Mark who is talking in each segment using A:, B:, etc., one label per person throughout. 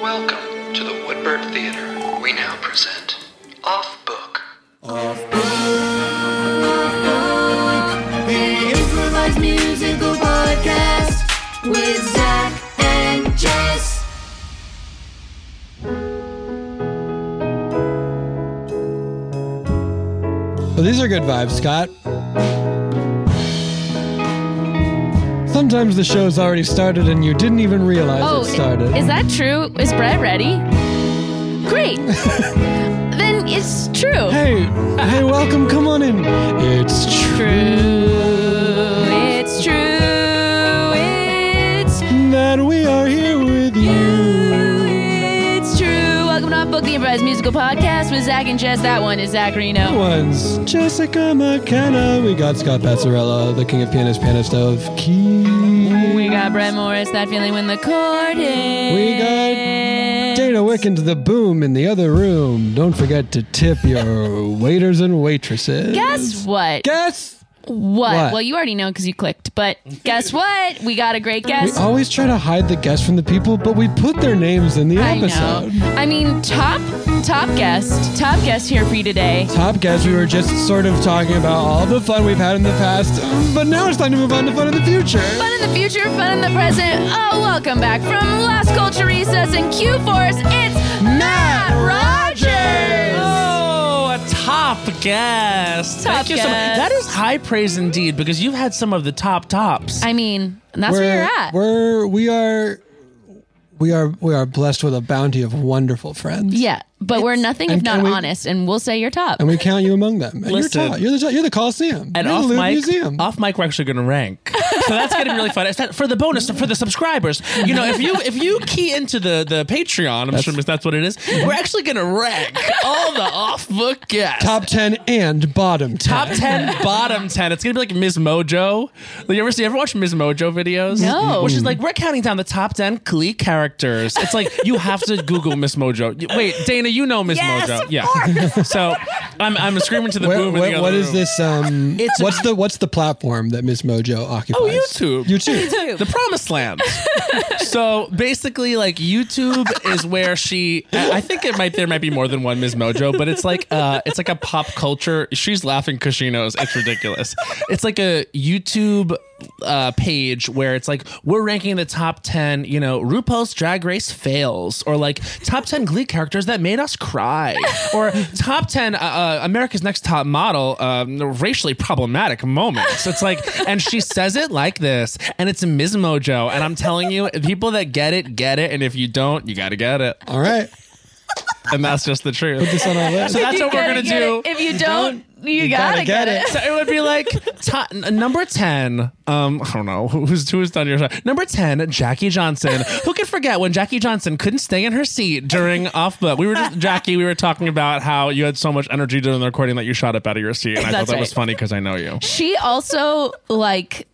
A: Welcome to the Woodbird Theater. We now present Off Book.
B: Off book, off book, the improvised musical podcast with Zach and Jess.
C: Well, these are good vibes, Scott. Sometimes the show's already started and you didn't even realize
D: Oh,
C: it started.
D: is that true? Is Brett ready? Great. then it's true.
C: hey, hey, welcome, come on in. It's
D: True. It's true. It's
C: true that we are here with you.
D: it's true. Welcome to Off Book the Improvised Musical Podcast with Zach and Jess. That one is Zach
C: That
D: Reno.
C: one's Jessica McKenna. We got Scott Passarella, the king of pianists, pianist of keys.
D: We got Brett Morris. That feeling when the chord hits.
C: We got Dana Wick into the boom in the other room. Don't forget to tip your waiters and waitresses.
D: Guess what?
C: Guess.
D: what?
C: what?
D: Well, you already know because you clicked. But guess what? We got a great
C: We
D: guest.
C: always try to hide the guests from the people, but we put their names in the
D: I know.
C: episode.
D: I mean, top top guest, top guest here for you today.
C: Top guest, we were just sort of talking about all the fun we've had in the past, but now it's time to move on to fun in the future.
D: Fun in the future, fun in the present. Oh, welcome back from Last Culture Recess and Q Force. It's Matt Rogers.
E: Oh, a top guest.
D: Top
E: Thank you so much.
D: guest.
E: That is high praise indeed because you've had some of the top tops.
D: I mean, that's where you're at.
C: We're we are we are we are blessed with a bounty of wonderful friends.
D: yeah, but we're nothing
C: and-
D: if not
C: and we-
D: honest, and we'll say you're top.
C: And we count you among them. And
E: Listen.
C: you're top. You're the top. You're the Coliseum.
E: and
C: you're
E: off
C: the Louvre
E: mic,
C: Museum.
E: off mic, we're actually going to rank. So that's going to be really fun. It's that- for the bonus for the subscribers. You know, if you if you key into the the Patreon, I'm sure that's what it is. We're actually going to rank all the off book guests.
C: top ten and bottom ten.
E: Top ten, bottom ten. It's gonna be like Ms. Mojo. You ever see? Ever watch Ms. Mojo videos?
D: No.
E: Which is like we're counting down the top ten Glee characters. It's like you have to Google Miss Mojo. You- Wait, Dana, you know Miss Mojo? yeah. So I'm I'm screaming to the
C: Where-
E: boom. in
C: where-
E: the other
C: what is
E: room.
C: this? Um,
E: It's- Oh,
C: what's the what's the platform that Miss Mojo occupies?
E: YouTube.
C: Oh, YouTube.
E: The Promised Land. so basically, like YouTube is where she. I I think it might there might be more than one Ms. Mojo, but it's like uh, it's like a pop culture. She's laughing because she knows it's ridiculous. It's like a YouTube uh, page where it's like we're ranking the top ten. You know, RuPaul's Drag Race fails, or like top ten Glee characters that made us cry, or top ten uh, uh, America's Next Top Model um, racially problematic moments. It's like, and she says it like this, and it's Ms. Mojo, and I'm telling you, people that get it get it, and if you don't, you gotta get it,
C: All right.
E: and that's just the truth.
C: This on our list.
E: So that's what we're
D: Gotta
E: gonna
D: get
E: do.
D: it. If you don't, you,
C: gotta
D: gotta, get,
C: get
D: it.
C: it.
E: So it would be like to- n- number ten. Um, I don't know who's who's done your side. Number ten, Jackie Johnson. Who could forget when Jackie Johnson couldn't stay in her seat during off book? We were just Jackie. We were talking about how you had so much energy during the recording that you shot up out of your seat, and I thought
D: That's
E: that was
D: right.
E: funny because I know you.
D: She also like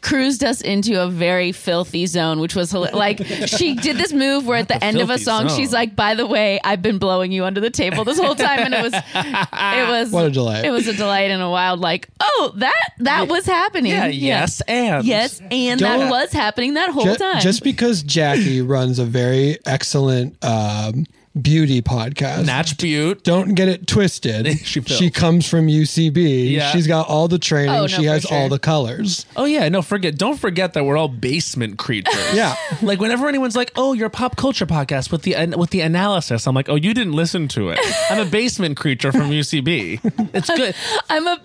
D: cruised us into a very filthy zone which was hila- like she did this move where at the end of a
E: filthy
D: song
E: zone.
D: she's like by the way i've been blowing you under the table this whole time and it was it was
C: What a delight.
D: it was a delight and a wild like oh that that was happening
E: Yeah. Yes. And
D: yes and that
C: Don't-
D: was happening that whole
C: Ju-
D: time
C: Just because Jackie runs a very excellent um, beauty podcast.
E: Natch Butte.
C: Don't get it twisted.
E: She fills.
C: comes from UCB.
E: Yeah.
C: She's got all the training.
D: Oh, no,
C: she has
D: for
C: all
D: sure.
C: the colors.
E: Oh yeah, no, forget. Don't forget that we're all basement creatures.
C: Yeah.
E: Like whenever anyone's like, "Oh, your pop culture podcast with the an- with the analysis," I'm like, "Oh, you didn't listen to it. I'm a basement creature from UCB. It's good.
D: I'm a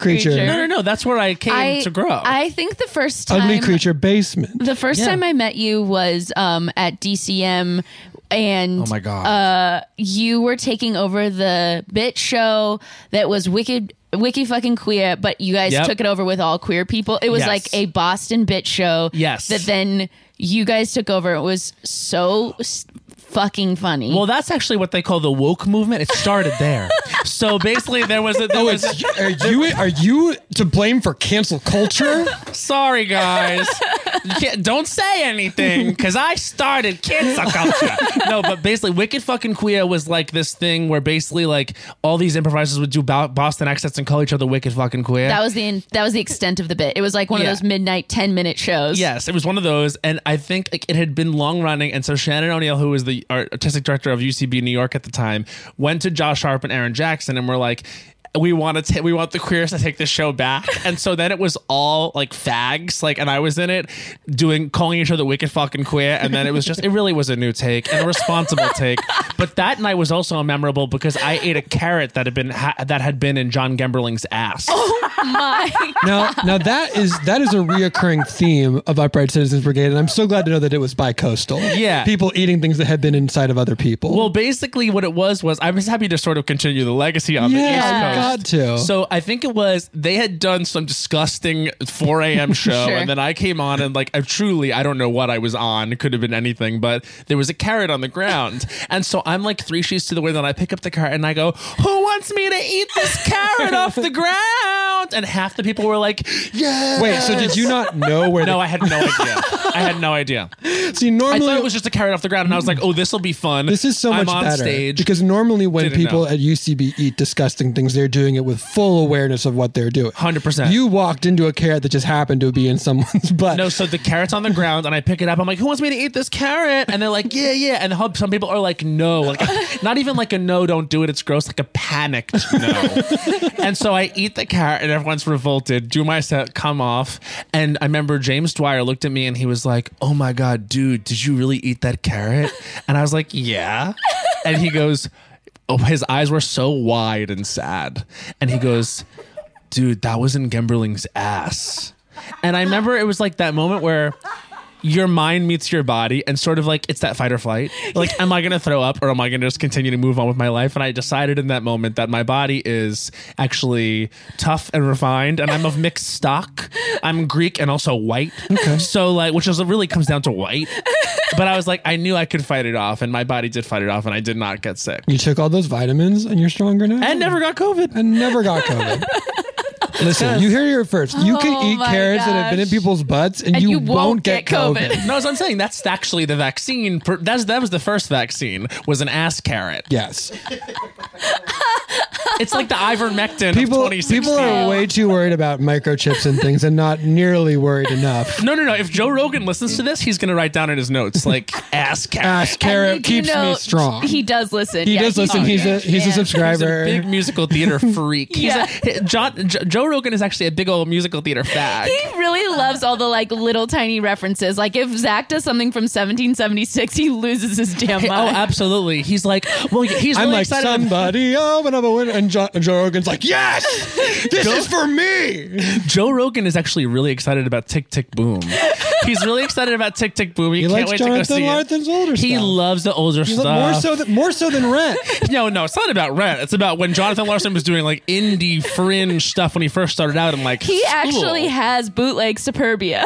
C: Creature.
D: creature.
E: No, no, no. That's where I came
D: I,
E: to grow.
D: I think the first time
C: Ugly creature basement.
D: The first
E: Yeah.
D: time I met you was um, at DCM, and
E: oh my god.
D: you were taking over the bit show that was wicked. Wiki fucking queer, but you guys
E: Yep.
D: took it over with all queer people. It was
E: Yes.
D: like a Boston bit show.
E: Yes.
D: That then you guys took over. It was so s- fucking funny.
E: well, that's actually what they call the woke movement. It started there. so basically, there was a. There
C: Oh,
E: was a-
C: it's, are you are you to blame for cancel culture?
E: Sorry, guys. You can't- don't say anything because I started cancel culture. No, but basically, Wicked Fucking Queer was like this thing where basically, like, all these improvisers would do bo- Boston accents and call each other Wicked Fucking Queer.
D: that was the in- that was the extent of the bit. It was like one
E: Yeah.
D: of those midnight ten minute shows.
E: Yes, it was one of those, and I think like, it had been long running. And so Shannon O'Neill, who was the art- artistic director of UCB New York at the time, went to Josh Harp and Aaron Jackson, and we're like. We want to ta- we want the queers to take the show back, and so then it was all like fags, like, and I was in it doing calling each other wicked fucking queer, and then it was just it really was a new take and a responsible take. But that night was also memorable because I ate a carrot that had been ha- that had been in John Gemberling's ass.
D: My
C: Now, now that is that is a reoccurring theme of Upright Citizens Brigade, and I'm so glad to know that it was bi-coastal.
E: Yeah.
C: people eating things that had been inside of other people.
E: Well, basically, what it was was I was happy to sort of continue the legacy on
C: yeah,
D: Yes,
E: the East Coast.
C: got to.
E: So I think it was they had done some disgusting 4 a.m. show,
D: Sure.
E: and then I came on and like I truly I don't know what I was on. It could have been anything, but there was a carrot on the ground, and so I'm like three sheets to the wind, and I pick up the carrot and I go, "Who wants me to eat this carrot off the ground?" And half the people were like, "Yeah."
C: wait, so did you not know where?
E: No,
C: the,
E: I had no idea. I had no idea.
C: see
E: I
C: normally
E: thought it was just a carrot off the ground, and I was like, "Oh, this will be fun."
C: This is so
E: I'm
C: much
E: on
C: better
E: stage
C: because normally when
E: Didn't
C: people
E: know.
C: at UCB eat disgusting things, they're doing it with full awareness of what they're doing.
E: 100%.
C: You walked into a carrot that just happened to be in someone's butt.
E: No, so the carrot's on the ground, and I pick it up. I'm like, "Who wants me to eat this carrot?" And they're like, "Yeah, yeah." And the hub, some people are like, "No," like not even like a no, don't do it. It's gross, like a panicked no. and so I eat the carrot, and everyone's revolted. Do my set, come off, and I remember James Dwyer looked at me, and he was like, "Oh my god, dude, did you really eat that carrot?" And I was like, "Yeah," and he goes. Oh, his eyes were so wide and sad. And he goes, dude, that was in Gemberling's ass. And I remember it was like that moment where your mind meets your body and sort of like it's that fight or flight. Like, am I gonna throw up or am I gonna just continue to move on with my life? And I decided in that moment that my body is actually tough and refined and I'm of mixed stock. I'm Greek and also white. So like which is really comes down to white. But I was like, I knew I could fight it off, and my body did fight it off, and I did not get sick.
C: you took all those vitamins and you're stronger now.
E: And never got COVID.
C: and never got COVID. Listen, you hear your first. You can
D: Oh
C: eat
D: my
C: carrots that have been in
D: gosh.
C: people's butts, and,
D: And
C: you,
D: you
C: won't,
D: won't
C: get,
D: get
C: COVID.
D: COVID.
E: No, as I'm saying, that's actually the vaccine. per- That's that was the first vaccine was an ass carrot.
C: Yes,
E: It's like the ivermectin of
C: people
E: 2016.
C: people are way too worried about microchips and things, and not nearly worried enough.
E: no, no, no. If Joe Rogan listens to this, he's gonna write down in his notes like ass carrot.
C: Ass carrot
D: And you
C: keeps
D: do know
C: me strong.
D: He does listen.
C: He
D: Yeah,
C: does listen. he's a he's a
D: yeah.
E: He's a
C: subscriber.
E: big musical theater freak. He's
D: Yeah.
E: a, John, Jo- Joe Rogan is actually a big old musical theater fag.
D: He really loves all the like little tiny references. Like if Zach does something from 1776, he loses his damn
E: Hey,
D: mind.
E: oh, absolutely. He's like, well, he's
C: I'm
E: really
C: like
E: excited.
C: somebody open up a window, and Joe, Joe Rogan's like, "Yes, this is for me."
E: Joe Rogan is actually really excited about Tick Tick Boom. He's really excited about Tick Tick Boom. He,
C: He
E: can't
C: likes
E: wait to go
C: Jonathan
E: see
C: Larthen's
E: it.
C: older
E: He
C: stuff.
E: loves the older
C: He's
E: stuff.
C: like, more so than more so than Rent.
E: No, no, it's not about rent. It's about when Jonathan Larson was doing like indie fringe stuff when he first started out and like
D: he
E: school.
D: actually has bootleg superbia.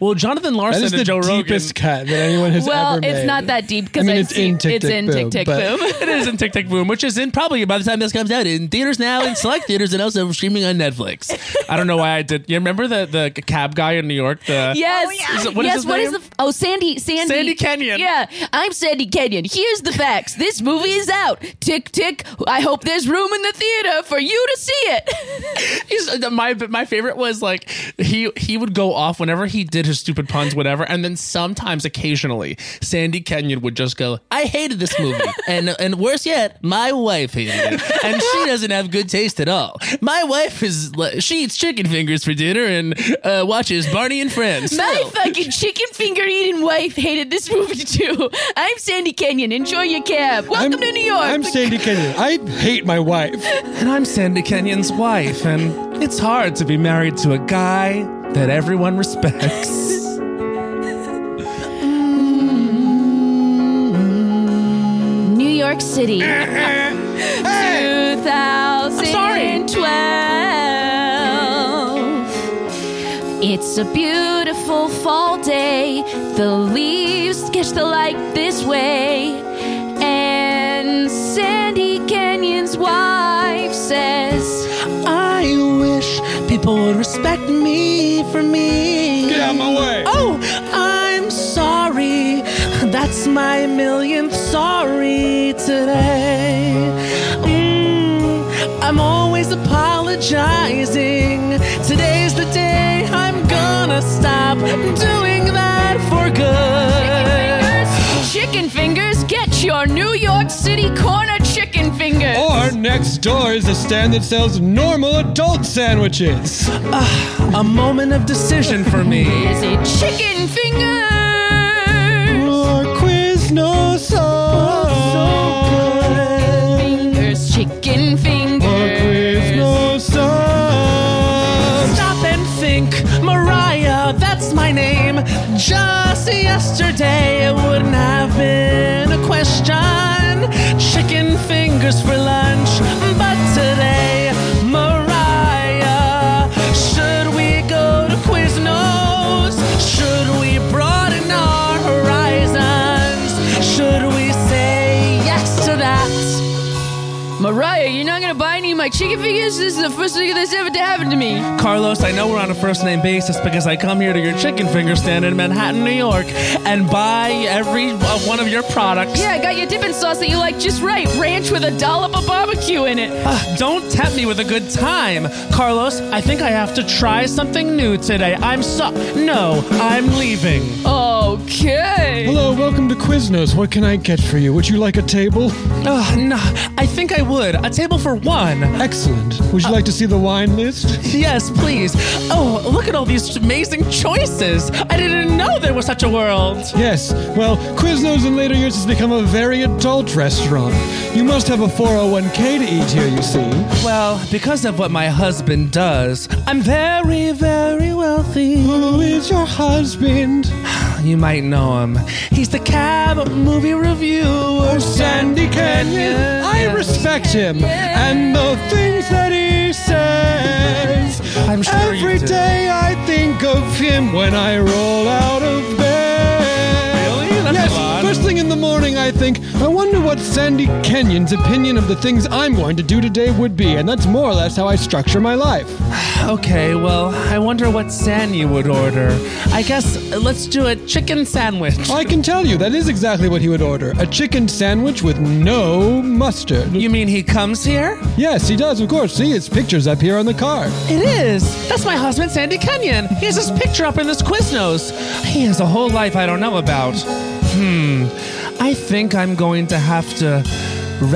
E: Well, Jonathan
C: That
E: Larson
C: is
E: and
C: the
E: Joe
C: deepest cut that anyone has
D: well,
C: ever made.
D: it's not that deep
C: I
D: because
C: mean,
D: I've
C: it's in
D: seen-
C: Tick
D: it's
C: Tick
D: in
C: Boom,
D: Tick Tick
C: but-
D: Boom.
E: Rogan. It is in Tick Tick Boom, which is in probably by the time this comes out in theaters now, in select theaters, and also streaming on Netflix. I don't know why I did. You remember the the cab guy in New York? The
D: Yes.
E: Is it- what is
D: yes.
E: his
D: what is
E: name?
D: the? Oh, Sandy. Sandy.
E: Sandy Kenyon.
D: Yeah. I'm Sandy Kenyon. Here's the facts. This movie is out. Tick tick. I hope there's room in the theater for you to see it.
E: He's, my my favorite was like he he would go off whenever he did did her stupid puns, whatever. And then sometimes, occasionally, Sandy Kenyon would just go, "I hated this movie," and and worse yet, my wife hated it, and she doesn't have good taste at all. My wife is li- she eats chicken fingers for dinner and uh, watches Barney and Friends.
D: My
E: So-
D: fucking chicken finger eating wife hated this movie too. I'm Sandy Kenyon. Enjoy your cab. Welcome
C: I'm-
D: to New York.
C: I'm Sandy Kenyon. I hate my wife.
E: And I'm Sandy Kenyon's wife, and it's hard to be married to a guy that everyone respects.
D: New York City. 2012. It's a beautiful fall day. The leaves catch the light this way. And Sandy Kenyon's wife says,
E: I wish people would respect me for me.
C: Get out my way.
E: Oh, I'm sorry. That's my millionth sorry today. Mm, I'm always apologizing. Today's the day I'm gonna stop doing that for good.
D: Chicken fingers, get your New York City corner chicken fingers.
C: Or next door is a stand that sells normal adult sandwiches.
E: A moment of decision for me.
D: Is it chicken fingers?
C: Or Quiznos. Oh, so good.
D: Fingers, chicken fingers.
C: Quiznos.
E: Stop and think, Mariah, that's my name. Just yesterday, it wouldn't have been a question. Chicken fingers for lunch, but today, Mariah, should we go to Quiznos? Should we broaden our horizons? Should we say yes to that?
D: Mariah, you're not gonna buy any of my chicken fingers? This is the first thing that's ever happened to me.
E: Carlos, I know we're on a first name basis because I come here to your chicken finger stand in Manhattan, New York, and buy every uh, one of your products.
D: Yeah, I got your dipping sauce that you like just right. Ranch with a dollop of barbecue in it.
E: Ugh, Uh, don't tempt me with a good time. Carlos, I think I have to try something new today. I'm so. No, I'm leaving.
D: Okay.
C: Hello, welcome to Quiznos. What can I get for you? Would you like a table?
E: Ugh, uh, no, I think I would. A table for one.
C: Excellent. Would you like to see the wine list?
E: Yes, please. Oh, look at all these amazing choices. I didn't know there was such a world.
C: Yes. Well, Quiznos in later years has become a very adult restaurant. You must have a 401k to eat here, you see.
E: Well, because of what my husband does, I'm very, very wealthy.
C: Who is your husband?
E: You might know him. He's the cab movie reviewer,
C: Sandy Canyon. I respect him and the things that he says.
E: I'm sure you
C: Every
E: do.
C: day I think of him when I roll out of bed.
E: Really? That's
C: yes.
E: a lot.
C: First thing in the morning, I think. I wonder what Sandy Kenyon's opinion of the things I'm going to do today would be, and that's more or less how I structure my life.
E: Okay, well, I wonder what San you would order. I guess uh, let's do a chicken sandwich.
C: I can tell you that is exactly what he would order: a chicken sandwich with no mustard.
E: You mean he comes here?
C: Yes, he does, of course. See his pictures up here on the card.
E: It is. That's my husband, Sandy Kenyon. He has his picture up in this Quiznos. He has a whole life I don't know about. Hmm. I think I'm going to have to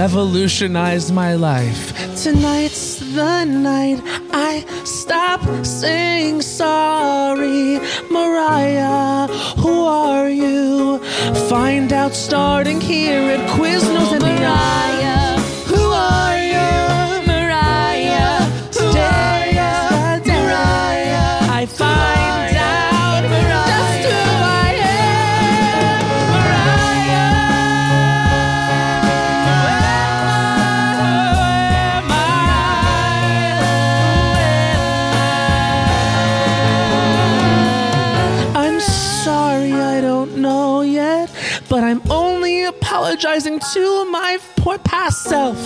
E: revolutionize my life. Tonight's the night I stop saying sorry. Mariah, who are you? Find out starting here at Quiznos and Mariah. Who are you? Mariah. Today is the day I find out just who I am. Mariah. Who am I? I'm sorry I don't know yet, but I'm only apologizing to my poor past self.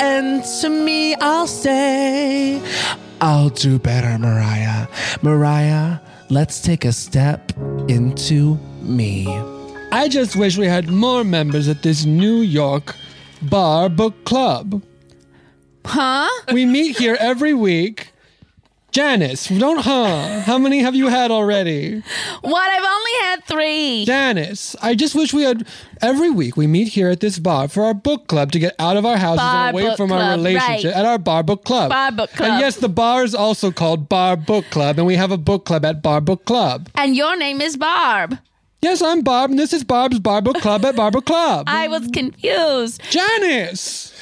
E: And to me, I'll say, I'll do better, Mariah. Mariah, let's take a step into me.
C: I just wish we had more members at this New York bar book club.
D: Huh?
C: We meet here every week Janice, don't huh? How many have you had already?
D: What? I've only had three.
C: Janice, I just wish we had every week we meet here at this bar for our book club to get out of our houses
D: Bar
C: and away
D: book
C: from our
D: club,
C: relationship
D: right.
C: at our bar book club.
D: Bar book club.
C: And yes, the bar is also called Bar Book Club, and we have a book club at Bar Book Club.
D: And your name is Barb.
C: Yes, I'm Barb, and this is Barb's Bar Book Club at Bar Book Club.
D: I was confused.
C: Janice,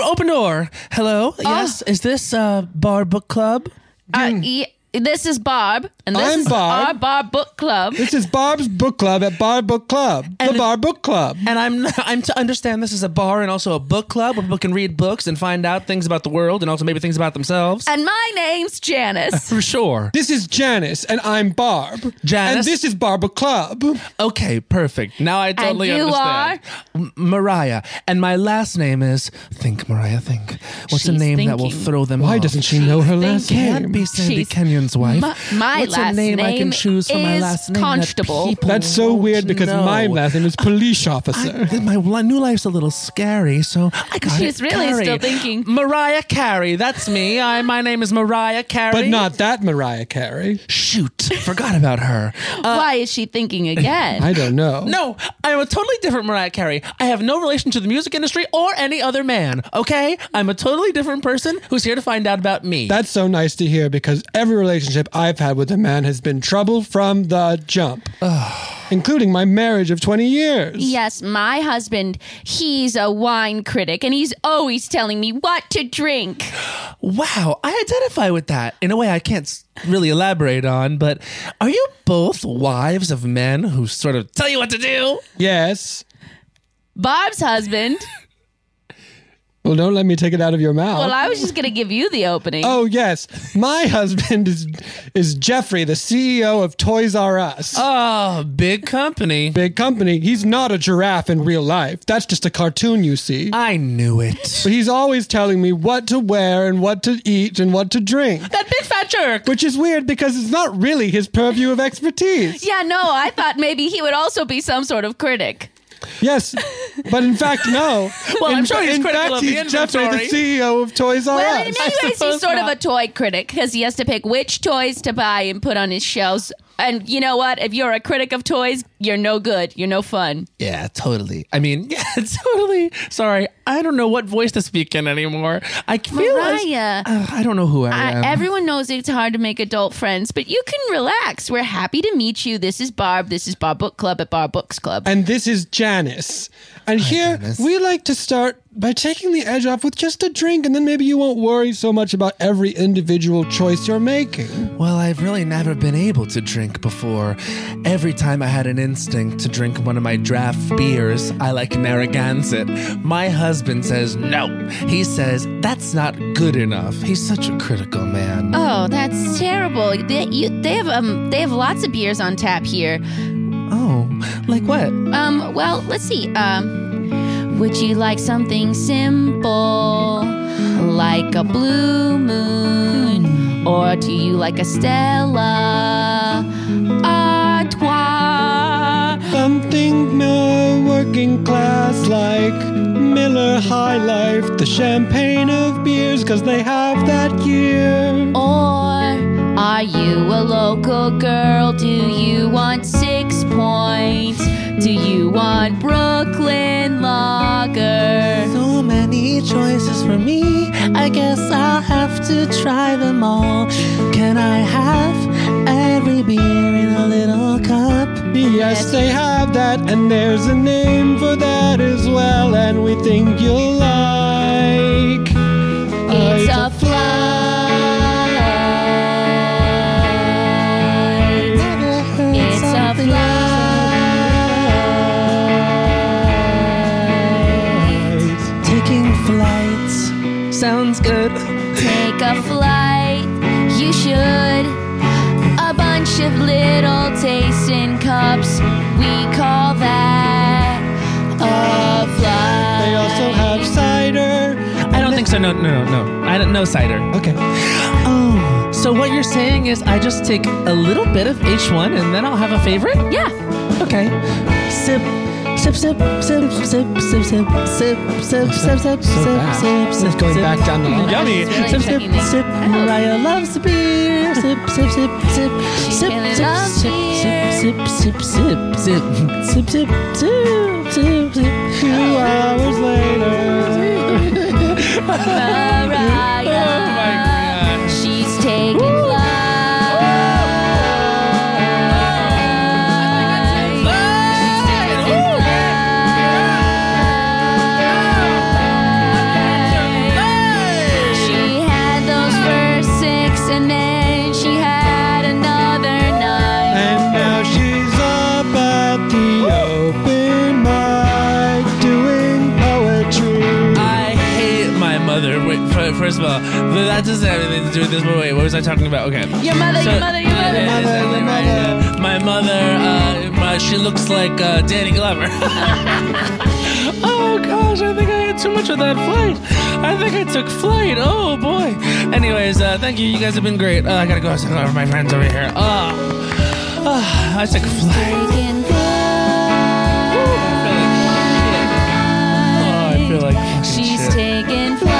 E: Open door. Hello. Yes. Is this uh, bar book club?
D: Uh, y- this is Barb, and this
C: I'm
D: is
C: Barb.
D: our Barb Book Club.
C: this is Barb's Book Club at Bar Book Club, the
E: And-
C: Bar Book Club.
E: And I'm I'm to understand this is a bar and also a book club where people can read books and find out things about the world and also maybe things about themselves.
D: And my name's Janice.
E: For sure.
C: This is Janice, and I'm Barb.
E: Janice?
C: And this is Bar Book Club.
E: Okay, perfect. Now I totally
D: you
E: understand. M- Mariah, and my last name is Think Mariah Think. What's a
D: She's
E: name that will
D: thinking.
E: throw them
C: Why
E: off?
C: doesn't she know her last
D: thinking.
C: name?
D: Can't
E: Can't be Sandy
D: She's-
E: Canyon's wife.
D: My- my
E: What's
D: last
E: a name, I can
D: name
E: choose for my
D: is
E: last name? that
D: Constable.
E: people
C: That's so
E: won't
C: weird because
E: know?
C: my last name is police officer.
E: I- my li- new life's a little scary, so I got
D: She's
E: it
D: really still
E: carried.
D: thinking.
E: Mariah Carey. That's me. I, my name is Mariah Carey.
C: but not that Mariah Carey.
E: Shoot, forgot about her.
D: Why is she thinking again?
C: Uh, I don't know.
E: No, I'm a totally different Mariah Carey. I have no relation to the music industry or any other man, okay? I'm a totally different person who's here to find out about me.
C: That's so nice to hear because every relationship I've had with a man has been trouble from the jump, including my marriage of 20 years.
D: Yes, my husband, he's a wine critic and he's always telling me what to drink.
E: wow, I identify with that in a way I can't s- really elaborate on, but are you both wives of men who sort of tell you what to do?
C: Yes.
D: Bob's husband.
C: Well, don't let me take it out of your mouth.
D: Well, I was just going to give you the opening.
C: Oh yes, my husband is is Jeffrey, the CEO of Toys R Us.
E: Oh, big company.
C: Big company. He's not a giraffe in real life. That's just a cartoon you see.
E: I knew it.
C: but he's always telling me what to wear and what to eat and what to drink.
E: that big fat jerk.
C: Which is weird because it's not really his purview of expertise.
D: Yeah, no, I thought maybe he would also be some sort of critic.
C: Yes, but in fact, no.
E: Well,
C: in
E: I'm sure he's
C: in
E: critical
C: fact,
E: of the
C: he's Jeffrey, the
E: inventory.
C: CEO of Toys R
D: Well, in
C: Us.
D: many ways, he's
E: suppose
D: sort of a
E: not.
D: toy critic because he has to pick which toys to buy and put on his shelves. And you know what? If you're a critic of toys, you're no good. You're no fun.
E: Yeah, totally. I mean, yeah, totally. Sorry, I don't know what voice to speak in anymore. I feel as-
D: Mariah.
E: Uh, I don't know who I
D: I,
E: am.
D: everyone knows it's hard to make adult friends, but you can relax. We're happy to meet you. This is Barb. This is Barb Book Club at Barb Books Club.
C: And this is Janice. And here
E: Janice.
C: we like to start by taking the edge off with just a drink, and then maybe you won't worry so much about every individual choice you're making.
E: well, I've really never been able to drink before. Every time I had an instinct to drink one of my draft beers, I like Narragansett. My husband says no. He says that's not good enough. He's such a critical man.
D: oh, that's terrible. They, you, they have um, they have lots of beers on tap here.
E: oh, like what?
D: Um, well, let's see. Um, would you like something simple, like a blue moon, or do you like a Stella Artois?
C: Something more working class like Miller High Life, the champagne of beers, because they have that year.
D: Or are you a local girl? Do you want six points? Do you want Brooklyn Lager?
E: So many choices for me. I guess I'll have to try them all. Can I have every beer in a little cup?
C: Yes, they have that, and there's a name for that as well, and we think you'll like.
D: It's a flight. It's a flight.
E: Taking flights sounds good.
D: Take a flight. You should. A bunch of little tasting cups. We call that a flight.
C: They also have cider.
E: I don't think so. No, no, no, no. I don't know cider.
C: Okay.
E: Oh, so what you're saying is I just take a little bit of each one and then I'll have a favorite?
D: Yeah.
E: Okay. Sip. Sip, sip, sip, sip, sip, sip, sip, sip, sip, sip,
C: So fast. It's going back down the line.
D: Yummy. It's really
E: Sip, sip,
D: tricky, Nick.
E: sip, Mariah loves the beer. Sip, sip, sip, sip. Sip,
D: really
E: sip,
D: loves
E: sip,
D: beer.
E: sip, sip, sip, sip, sip, sip, sip, sip, sip, sip.
D: Oh.
E: Two hours later.
D: Mariah.
E: my
D: She's taking flight. She had those first six, and then she had another nine.
C: And now she's up at the open mic doing poetry.
E: I hate my mother. Wait, f- first of all, th- that doesn't have anything to do with this. But wait, what was I talking about? Okay.
D: Your mother, your mother, your mother.
E: Yeah, exactly
C: Your
E: right,
C: mother.
E: yeah. My mother, uh, my, she looks like uh, Danny Glover. oh gosh, I think I had too much of that flight. I think I took flight. Oh boy. Anyways, uh, thank you. You guys have been great. Uh, I gotta go outside and over my friends over here. Oh, oh I took flight.
D: Taking
E: I feel like shit. Oh, I feel like fucking
D: She's
E: shit.
D: taking flight.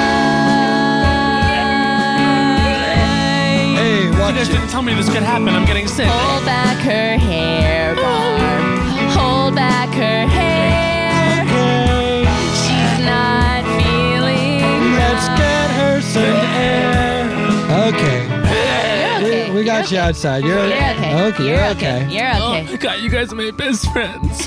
C: Hey,
E: You
C: watch
E: guys
C: it.
E: didn't tell me this could happen. I'm getting sick.
D: Hold back her hair, Barb. Hold back her hair.
C: Okay,
D: She's not feeling
C: let's
D: right.
C: get her some air. Okay,
D: Okay,
C: we got you outside. You're,
D: You're okay.
C: Okay, you're okay.
D: You're okay.
E: God, you guys are my best friends.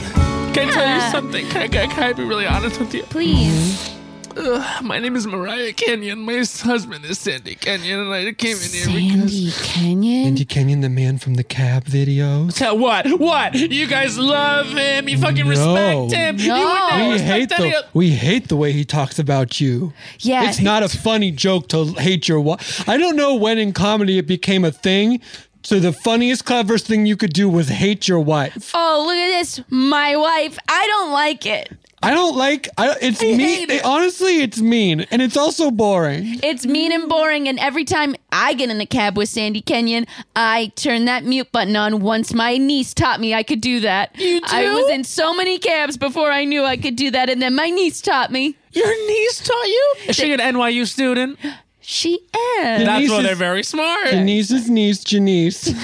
E: Can I tell you something? Can I, can I be really honest with you?
D: Please.
E: Ugh, my name is Mariah Kenyon. My husband is Sandy Kenyon, and I came in here because.
D: Sandy Kenyon?
C: Andy Kenyon, the man from the cab videos.
E: Tell- What? What? You guys love him. You fucking
C: No.
E: respect him. You would
D: No.
E: never
C: We
E: respect
C: hate
E: any
C: the
E: of-
C: we hate the way he talks about you.
D: Yeah.
C: it's not a funny joke to hate your wife. I don't know when in comedy it became a thing. So the funniest, cleverest thing you could do was hate your wife.
D: Oh, look at this. My wife. I don't like it.
C: I don't like. I, it's mean.
E: hate it.
C: Honestly, it's mean, and it's also boring.
D: It's mean and boring, and every time I get in a cab with Sandy Kenyon, I turn that mute button on once my niece taught me I could do that.
E: You
D: I
E: do?
D: was in so many cabs before I knew I could do that, and then my niece taught me.
E: Your niece taught you? Is she an NYU student?
D: She is.
E: That's why
C: is-
E: they're very smart.
C: Janice's niece, Janice.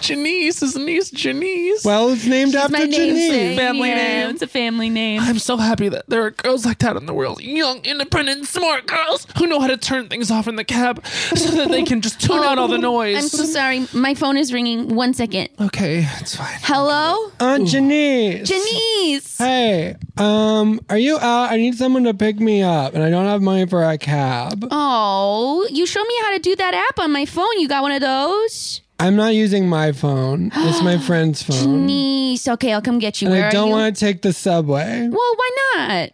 E: Janice is niece Janice.
C: Well, it's named after
D: my
C: Janice.
D: namesake.
E: Family
D: Yeah,
E: name.
D: It's a family name.
E: I'm so happy that there are girls like that in the world. Young, independent, smart girls who know how to turn things off in the cab so that they can just tune out all the noise.
D: Oh, I'm so sorry. My phone is ringing. One second.
E: okay, it's fine.
D: Hello?
C: Aunt Janice.
D: Denise.
C: Hey, um, are you out? I need someone to pick me up, and I don't have money for a cab.
D: Oh, you showed me how to do that app on my phone. You got one of those?
C: I'm not using my phone. It's my friend's phone.
D: Denise. Okay, I'll come get you.
C: Mm. And
D: Where
C: I
D: are
C: don't
D: you?
C: want to take the subway.
D: well, why not?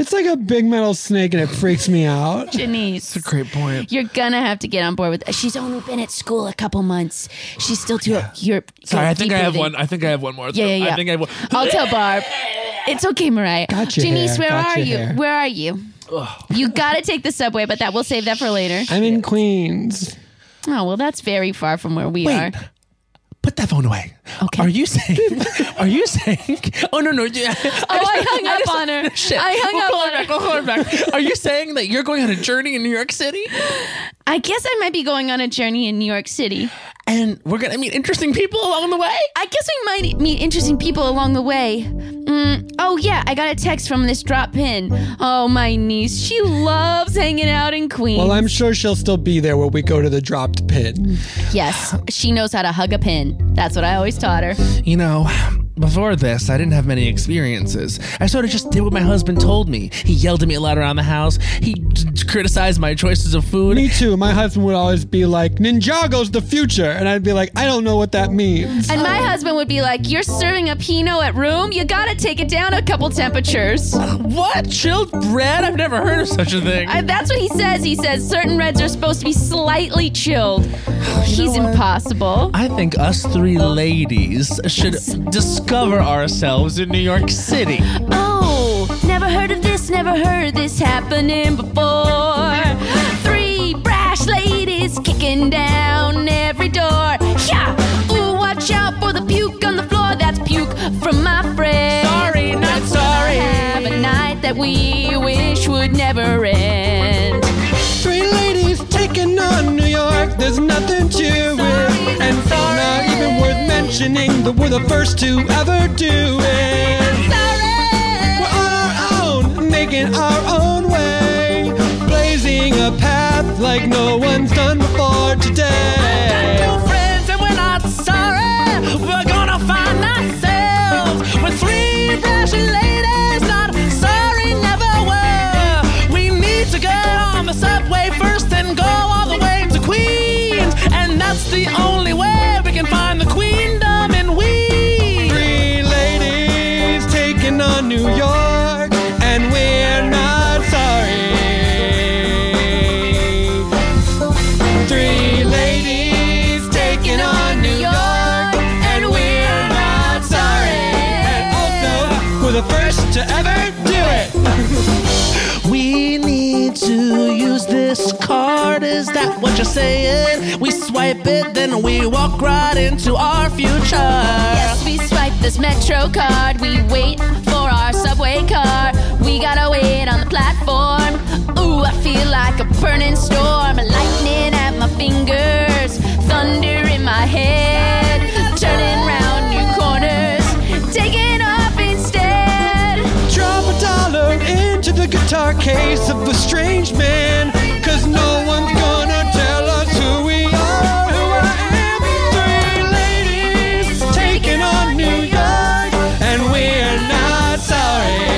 C: It's like a big metal snake and it freaks me out.
D: Denise.
E: Great point.
D: You're gonna have to get on board with. She's only been at school a couple months. She's still too. You're
E: Sorry, I think
D: deep
E: I have
D: breathing.
E: one. I think I have one more.
D: Yeah, yeah, yeah.
E: I think I have one.
D: I'll tell Barb. It's okay, Mariah.
C: Got your
D: Janice,
C: hair,
D: where
C: got
D: are
C: your
D: you?
C: hair.
D: Where are you? You gotta take the subway, but that we'll save that for later.
C: I'm in Queens.
D: Oh well, that's very far from where we are.
E: Wait. Put that phone away.
D: Okay.
E: Are you saying? Are you saying? Oh no no! Yeah.
D: Oh, I hung up on her.
E: Shit.
D: I hung
E: we'll
D: up
E: call
D: on
E: her
D: her.
E: back. We'll call her back. Are you saying that you're going on a journey in New York City?
D: I guess I might be going on a journey in New York City.
E: and we're gonna meet interesting people along the way.
D: I guess we might meet interesting people along the way. Mm, oh, yeah, I got a text from this drop in. Oh, my niece. She loves hanging out in Queens.
C: Well, I'm sure she'll still be there when we go to the dropped pit.
D: yes, she knows how to hug a pin. That's what I always taught her.
E: You know, before this, I didn't have many experiences. I sort of just did what my husband told me. He yelled at me a lot around the house. He d- d- criticized my choices of food.
C: Me too. My husband would always be like, Ninjago's the future. And I'd be like, I don't know what that means.
D: And my husband would be like, You're serving a Pinot at room? You gotta take it down a couple temperatures.
E: what chilled bread? I've never heard of such a thing.
D: I, that's what he says. He says certain reds are supposed to be slightly chilled. He's impossible.
E: I think us three ladies should discover ourselves in New York City.
D: Oh, never heard of this, never heard this happening before. Three brash ladies kicking down every door. Yeah! Ooh, watch out for the puke on the floor. That's puke from my friend.
E: Sorry, not sorry.
D: Have a night that we wish would never end.
C: Three ladies taking on New there's nothing to it. And it's not even worth mentioning that we're the first to ever do it. We're on our own, making our own way, blazing a path like no one's done before today.
F: friends and we're not sorry. We're gonna find ourselves with three fashion ladies, not sorry, never were. We need to get on the subway first and go all the way to Queens, and that's the only way we can find the queendom in we.
C: Three ladies taking on New York, and we're not sorry. Three ladies taking on New York, and we're not sorry. And also, we're the first to ever do it.
F: We need to use this card. Is that what you're saying? We swipe it, then we walk right into our future.
D: Yes, we swipe this metro card. We wait for our subway car. We gotta wait on the platform. Ooh, I feel like a burning storm. Lightning at my fingers, thunder in my head. Turning round new corners, taking off instead.
C: Drop a dollar into the guitar case of a strange man. Cause no one's gonna tell us who we are, who I am. Three ladies taking on New York, and we're not sorry.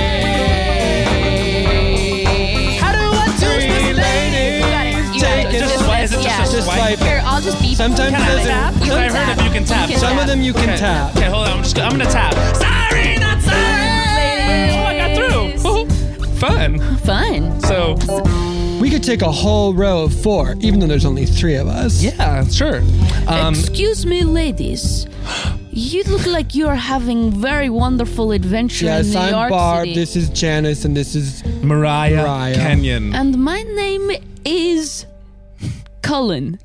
F: How do I do
C: Three
F: this?
C: ladies
D: You got it. You got it.
C: taking
D: Just
C: on-
D: swipe. Is it just
C: Just
D: a
C: swipe.
D: Here, I'll just beep.
C: Sometimes
D: Can I
C: there's a-
D: tap? You
C: some-
D: can
C: I
D: tap.
E: heard if you can tap.
C: Some of them you can
E: Okay.
C: tap.
E: Okay, hold on. I'm just. I'm gonna tap.
F: Sorry, not sorry.
D: Oh, I got through.
E: Fun.
D: Fun.
E: So
C: We could take a whole row of four, even though there's only three of us.
E: yeah, sure. Um,
D: Excuse me, ladies. You look like you're having very wonderful adventure in
C: Yes,
D: New
C: I'm
D: York
C: Barb.
D: City.
C: This is Janice, and this is
E: Mariah,
C: Mariah.
E: Kenyon.
D: and my name is Cullen.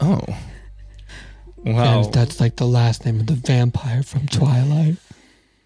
E: Oh. Wow.
C: And that's like the last name of the vampire from Twilight.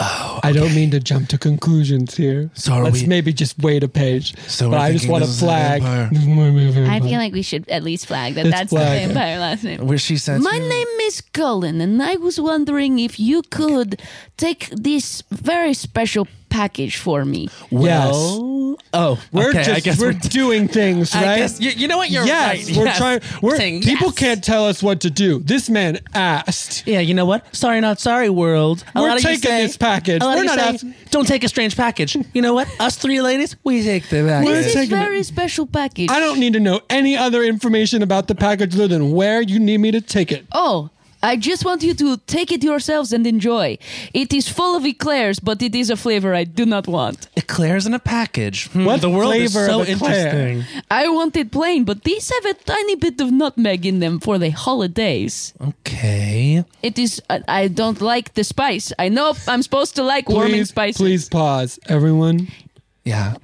C: Oh, I don't mean to jump to conclusions here.
E: So are
C: let's
E: we-
C: maybe just wait a page.
E: So
C: but
E: we're
C: I just
E: thinking
C: want to
E: this is a
C: flag.
E: vampire.
C: This might be a
D: I
C: vampire.
D: feel like we should at least flag that
C: Mhm. It's
D: that's
C: flagged.
D: the vampire last name.
E: Where she said
D: My name is Cullen, and I was wondering if you could take this very special package for me.
E: Well, oh,
C: we're
E: okay,
C: just
E: I guess
C: we're,
E: we're.
C: doing things,
E: I
C: right?
E: guess you, you know what you're
C: yes,
E: right.
C: we're
E: yes.
C: trying. We're,
E: Saying
C: people
E: yes.
C: can't tell us what to do. This man asked.
E: Yeah, you know what? Sorry, not sorry, world. A
C: We're
E: lot of you
C: taking
E: say-
C: this package.
E: a lot of
C: We're
E: you
C: not
E: say,
C: asking-
E: Don't take a strange package. You know what? Us three ladies, we take the
C: We're
D: This
E: package.
D: is
C: taking it.
D: very special package.
C: I don't need to know any other information about the package other than where you need me to take it.
D: Oh, I just want you to take it yourselves and enjoy. It is full of eclairs, but it is a flavor I do not want.
E: Eclairs in a package. Hmm,
C: What
E: the world is
C: flavor
E: so
C: of eclair?
E: interesting.
D: I want it plain, but these have a tiny bit of nutmeg in them for the holidays.
E: Okay.
D: It is. I, I don't like the spice. I know I'm supposed to like warm and
C: Please,
D: spicy.
C: please pause, everyone.
E: Yeah.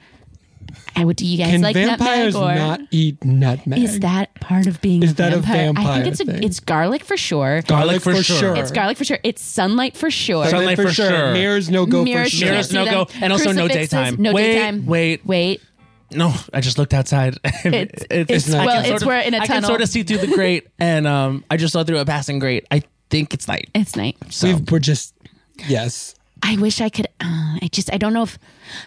D: I would. Do you guys
C: Can
D: like
C: vampires
D: nutmeg or
C: not eat nutmeg?
D: is that part of being?
C: Is
D: a
C: that a
D: vampire? I
C: vampire
D: think it's a,
C: thing?
D: it's garlic for sure.
C: garlic for, sure.
D: It's garlic for sure. It's sunlight for sure.
C: Sunlight
E: Sunlight
C: for
E: for
C: sure.
E: sure.
C: Mirrors no go
D: Mirrors,
C: for
D: you
C: sure.
D: can't
E: Mirrors
D: see
E: no go,
D: them.
E: and also no
D: Crucifixes,
E: daytime.
D: No
E: Wait,
D: daytime.
E: wait.
D: wait.
E: No, I just looked outside. and
D: It's-
E: it-
D: it's-
E: I can
D: well,
E: sort
D: it's-
E: of-
D: we're in a
E: I can
D: tunnel.
E: sort of see through the grate, and um, I just saw through a passing grate. I think it's night.
D: It's night.
E: So.
C: We've, we're just yes.
D: I wish I could. Uh, I just. I don't know if.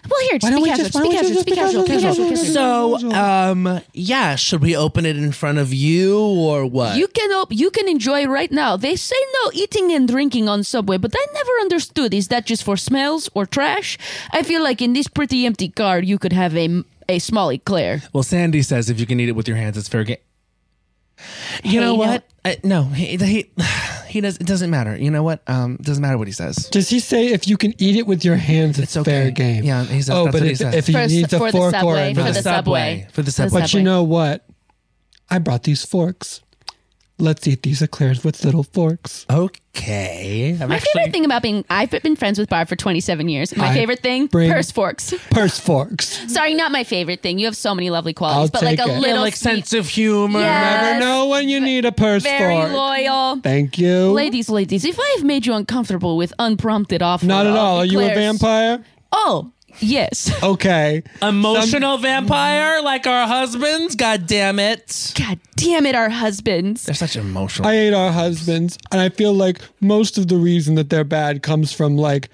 D: Well, here. Just
C: don't
D: be
C: we
D: casual.
C: just-
D: Just,
C: why
D: be
C: don't we
D: casual.
C: just
D: Just be
C: be
D: casual.
C: casual,
D: Casual.
C: casual,
D: casual.
E: So, um, yeah, should we open it in front of you or what?
D: You can op- you can enjoy right now. They say no eating and drinking on subway, but I never understood. Is that just for smells or trash? I feel like in this pretty empty car, you could have a a small eclair.
E: well, Sandy says if you can eat it with your hands, it's fair game. You
D: you
E: know
D: know-
E: what? I, no, he, he he does. It doesn't matter. You know what? Um, it doesn't matter what he says.
C: Does he say if you can eat it with your hands, it's,
E: It's okay.
C: fair game?
E: Yeah, he says-
C: oh,
E: that's
C: but
E: what he
C: if,
E: says.
C: if he
D: For s-
C: needs a
D: for the
C: fork or
D: subway,
C: a
D: for
C: knife.
D: the subway.
E: for the subway.
C: But you know what? I brought these forks. Let's eat these eclairs with little forks.
E: Okay, I'm
D: My
E: actually.
D: favorite thing about being I've been friends with Barb for 27 years. My
C: I
D: favorite thing
C: bring-
D: purse forks.
C: Purse forks.
D: Sorry, not my favorite thing. You have so many lovely qualities,
C: I'll
D: but like
C: take
D: a
C: it.
E: Yeah,
D: little
E: like
D: sweet-
E: sense of humor.
D: Yeah.
C: Never
D: Yes.
C: know when you need a purse
D: very
C: fork.
D: loyal.
C: Thank you.
D: Ladies, ladies, if I have made you uncomfortable with unprompted offer,
C: Not at
D: of
C: all. Are you a
D: eclairs-
C: vampire?
D: Oh, Yes.
C: Okay.
E: Emotional vampire like our husbands? God damn it.
D: God damn it, our husbands.
E: They're such emotional.
C: I hate our husbands, and I feel like most of the reason that they're bad comes from like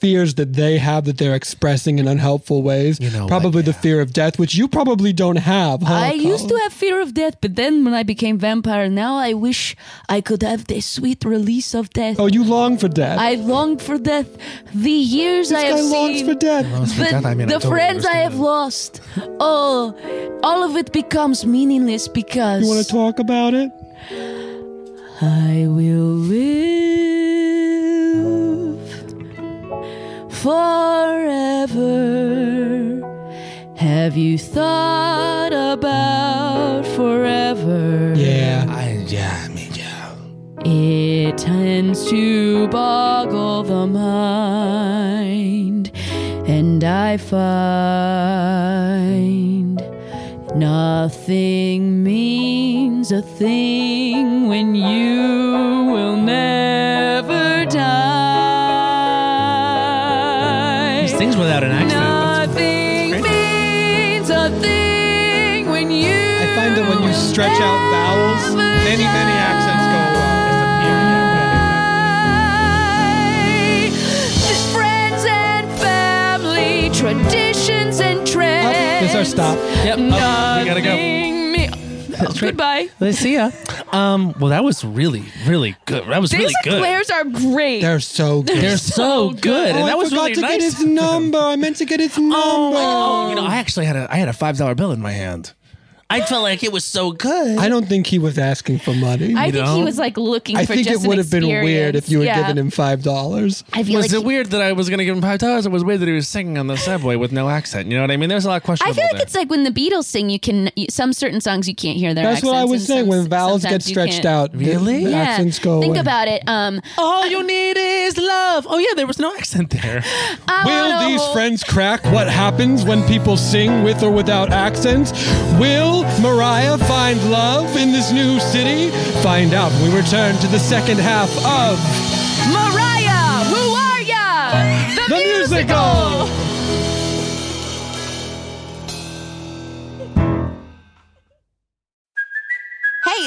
C: fears that they have that they're expressing in unhelpful ways.
E: know what,
C: probably the fear of death, which you probably don't have. Huh,
D: I used to
C: Colin?
D: have fear of death, but then when I became vampire, now I wish I could have the sweet release of death.
C: Oh, you long for death.
D: I long for death. The years I
C: this
D: have
C: guy longs
D: seen,
C: for death.
D: the, the friends I have lost, all, all of it becomes meaningless because
C: You want to talk about it?
D: I will live forever. Have you thought about forever?
C: Yeah.
E: yeah, I mean, yeah.
D: It tends to boggle the mind, and I find nothing means a thing when you will never die.
E: Things without an accent.
D: Nothing means a thing when you.
C: I find that when you stretch out vowels, many, many accents go away.
D: Just friends and family, traditions and trends.
C: Up, this our stop.
E: Yep. oh, we gotta go.
D: Nothing me- Oh, goodbye.
E: Let's see ya. Um, well, that was really, really good. That was really
D: These
E: good.
D: eclairs are great.
C: They're so good.
E: They're so good,
C: Oh,
E: and that
C: I
E: was
C: forgot
E: really
C: to
E: nice.
C: get his number. I meant to get his number.
E: Oh, my- oh, you know, I actually had a I had a five dollar bill in my hand. I felt like it was so good.
C: I don't think he was asking for money.
D: I
C: I,
D: think he
E: know?
D: was like looking for
C: think it
D: just an
C: would have been weird if you had
D: experience. yeah.
C: given him five dollars.
D: I feel
E: was
D: like
E: it
D: he-
E: weird that I was going to give him five dollars? It was weird that he was singing on the subway with no accent. You know what I mean? There's a lot of
D: I
E: questionable.
D: feel like
E: there.
D: it's like when the Beatles sing, you can you- some certain songs you can't hear their
C: That's what I
D: accents,
C: was
D: and
C: saying.
D: some-
C: When vowels get
D: sometimes you
C: stretched
D: can't.
C: out, the-
E: Really?
C: the
D: Yeah.
C: accents go
D: Think
C: away.
D: about it. Um,
E: all you need is love. Oh yeah, there was no accent there.
D: I
C: Will
D: wanna
C: these
D: hold-
C: friends crack what happens when people sing with or without accents? Will Mariah find love in this new city? Find out when we return to the second half of
D: Mariah, who are ya?
C: the musical.
G: Hey,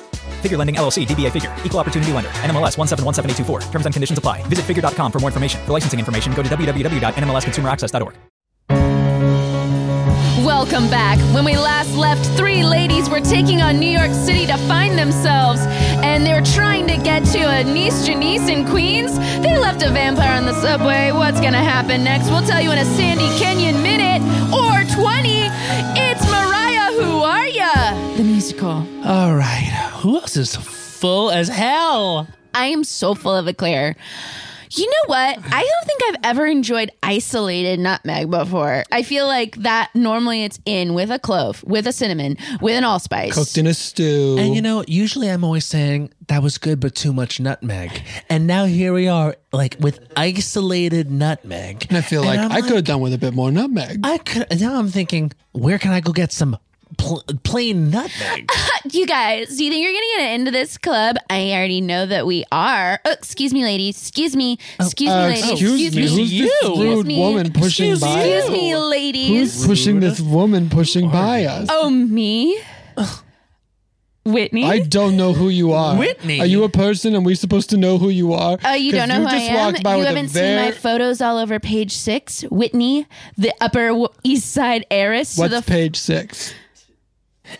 H: Figure Lending LLC, DBA Figure, Equal Opportunity Lender, NMLS 1717824. Terms and conditions apply. Visit figure.com for more information. For licensing information, go to www.nmlsconsumeraccess.org.
D: Welcome back. When we last left, three ladies were taking on New York City to find themselves, and they were trying to get to a niece Janice in Queens. They left a vampire on the subway. What's gonna happen next? We'll tell you in a Sandy Kenyon minute or 20. It's Mariah, who are ya? The musical.
E: All right, who else is full as hell?
D: I am so full of eclair. You know what? I don't think I've ever enjoyed isolated nutmeg before. I feel like that normally it's in with a clove, with a cinnamon, with an allspice.
C: Cooked in a stew.
E: And you know, usually I'm always saying that was good, but too much nutmeg. And now here we are, like with isolated nutmeg.
C: And I feel like
E: I'm
C: I could have done with a bit more nutmeg.
E: I could. and Now I'm thinking, where can I go get some pl- plain nutmeg?
D: you guys, do you think you're going to get into this club? I already know that we are. Oh, excuse me, ladies. Excuse me. Oh, Excuse me,
C: Uh,
D: ladies.
C: excuse, me, who's this
E: you.
C: rude
D: Excuse me.
C: woman pushing
E: Excuse
C: by?
D: Excuse
C: us?
D: me, ladies.
C: Who's pushing this woman pushing by us?
D: oh, me? Whitney?
C: I don't know who you are.
E: Whitney?
C: Are you a person and we supposed to know who you are?
D: Oh, you
C: 'Cause
D: don't know who
C: just
D: I am.
C: walked by
D: you
C: with a
D: haven't
C: very-
D: seen my photos all over page six. Whitney, the Upper W- East Side heiress. to
C: What's
D: the
C: page six?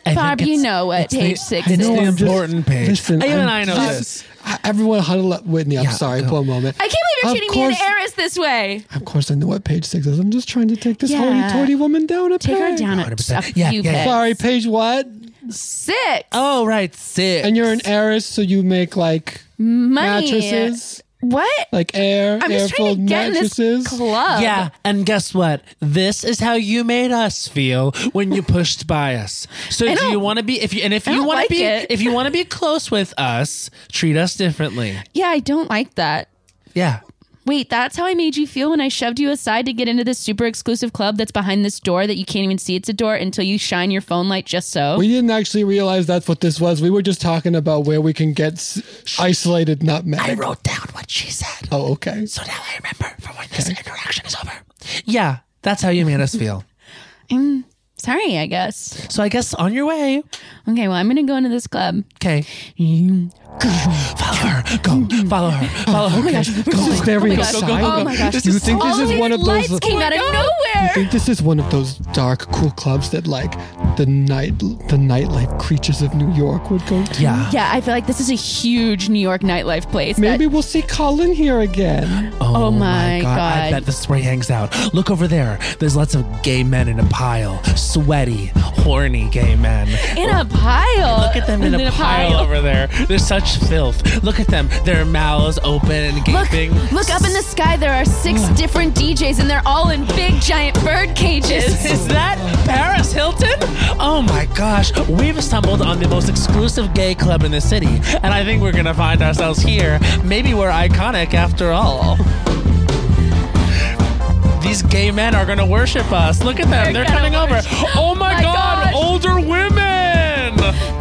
D: I Barb, you know what page six
C: I
D: is.
C: know, I'm just- Listen,
E: Even
C: I'm
E: I know
C: just-
E: this.
C: I- everyone huddle up, Whitney. I'm sorry. One moment.
D: I can't believe you're
C: Of
D: treating me
C: course,
D: and heiress this way.
C: Of course, I know what page six is. I'm just trying to take this hoity-toity woman down a
D: Take her
C: peg.
D: down a, a few pegs.
C: Sorry, page what?
D: Six.
E: Oh, right, six.
C: And you're an heiress, so you make like
D: Money.
C: mattresses,
D: What?
C: like air,
D: I'm
C: air
D: just trying
C: filled
D: to get in this
C: mattresses.
D: club.
E: Yeah, and guess what? This is how you made us feel when you pushed by us. So
D: I
E: do you
D: don't-
E: want to be if you and if
D: I
E: you
D: don't
E: want to
D: like
E: be
D: it.
E: if you want to be close with us, treat us differently.
D: Yeah, I don't like that.
E: Yeah.
D: Wait, that's how I made you feel when I shoved you aside to get into this super exclusive club that's behind this door that you can't even see it's a door until you shine your phone light just so.
C: We didn't actually realize that's what this was. We were just talking about where we can get s- isolated, not mad. I
E: wrote down what she said.
C: Oh, okay.
E: So now I remember for when this interaction is over. Yeah, that's how you made us feel.
D: I'm sorry, I guess.
E: So I guess on your way.
D: Okay, well, I'm going to go into this club.
E: Okay. Follow her. Go. Follow her. Follow her.
C: Oh my gosh, this is very
D: my gosh.
C: exciting.
D: Oh my gosh,
C: Do you think
D: all
C: this is
D: these
C: one of
D: lights
C: those? Oh
D: came out of
C: You
D: nowhere.
C: think this is one of those dark, cool clubs that like the night, the nightlife creatures of New York would go to?
E: Yeah.
D: Yeah, I feel like this is a huge New York nightlife place. that-
C: Maybe we'll see Colin here again.
D: Oh, my god.
E: I bet this is where he hangs out. Look over there. There's lots of gay men in a pile. Sweaty, horny gay men.
D: in a pile.
E: Look at them in, a, pile, over there. They're such filth. Look at them. Their mouths open and gaping.
D: Look, look up in the sky. There are six different DJs, and they're all in big giant bird
E: Is,
D: cages.
E: is that Paris Hilton? Oh my gosh, we've stumbled on the most exclusive gay club in the city, and I think we're gonna find ourselves here. Maybe we're iconic after all. These gay men are gonna worship us. Look at them,
D: They're
E: they're coming
D: gonna
E: over.
D: worship-
E: Oh my,
D: My
E: god,
D: gosh.
E: older women!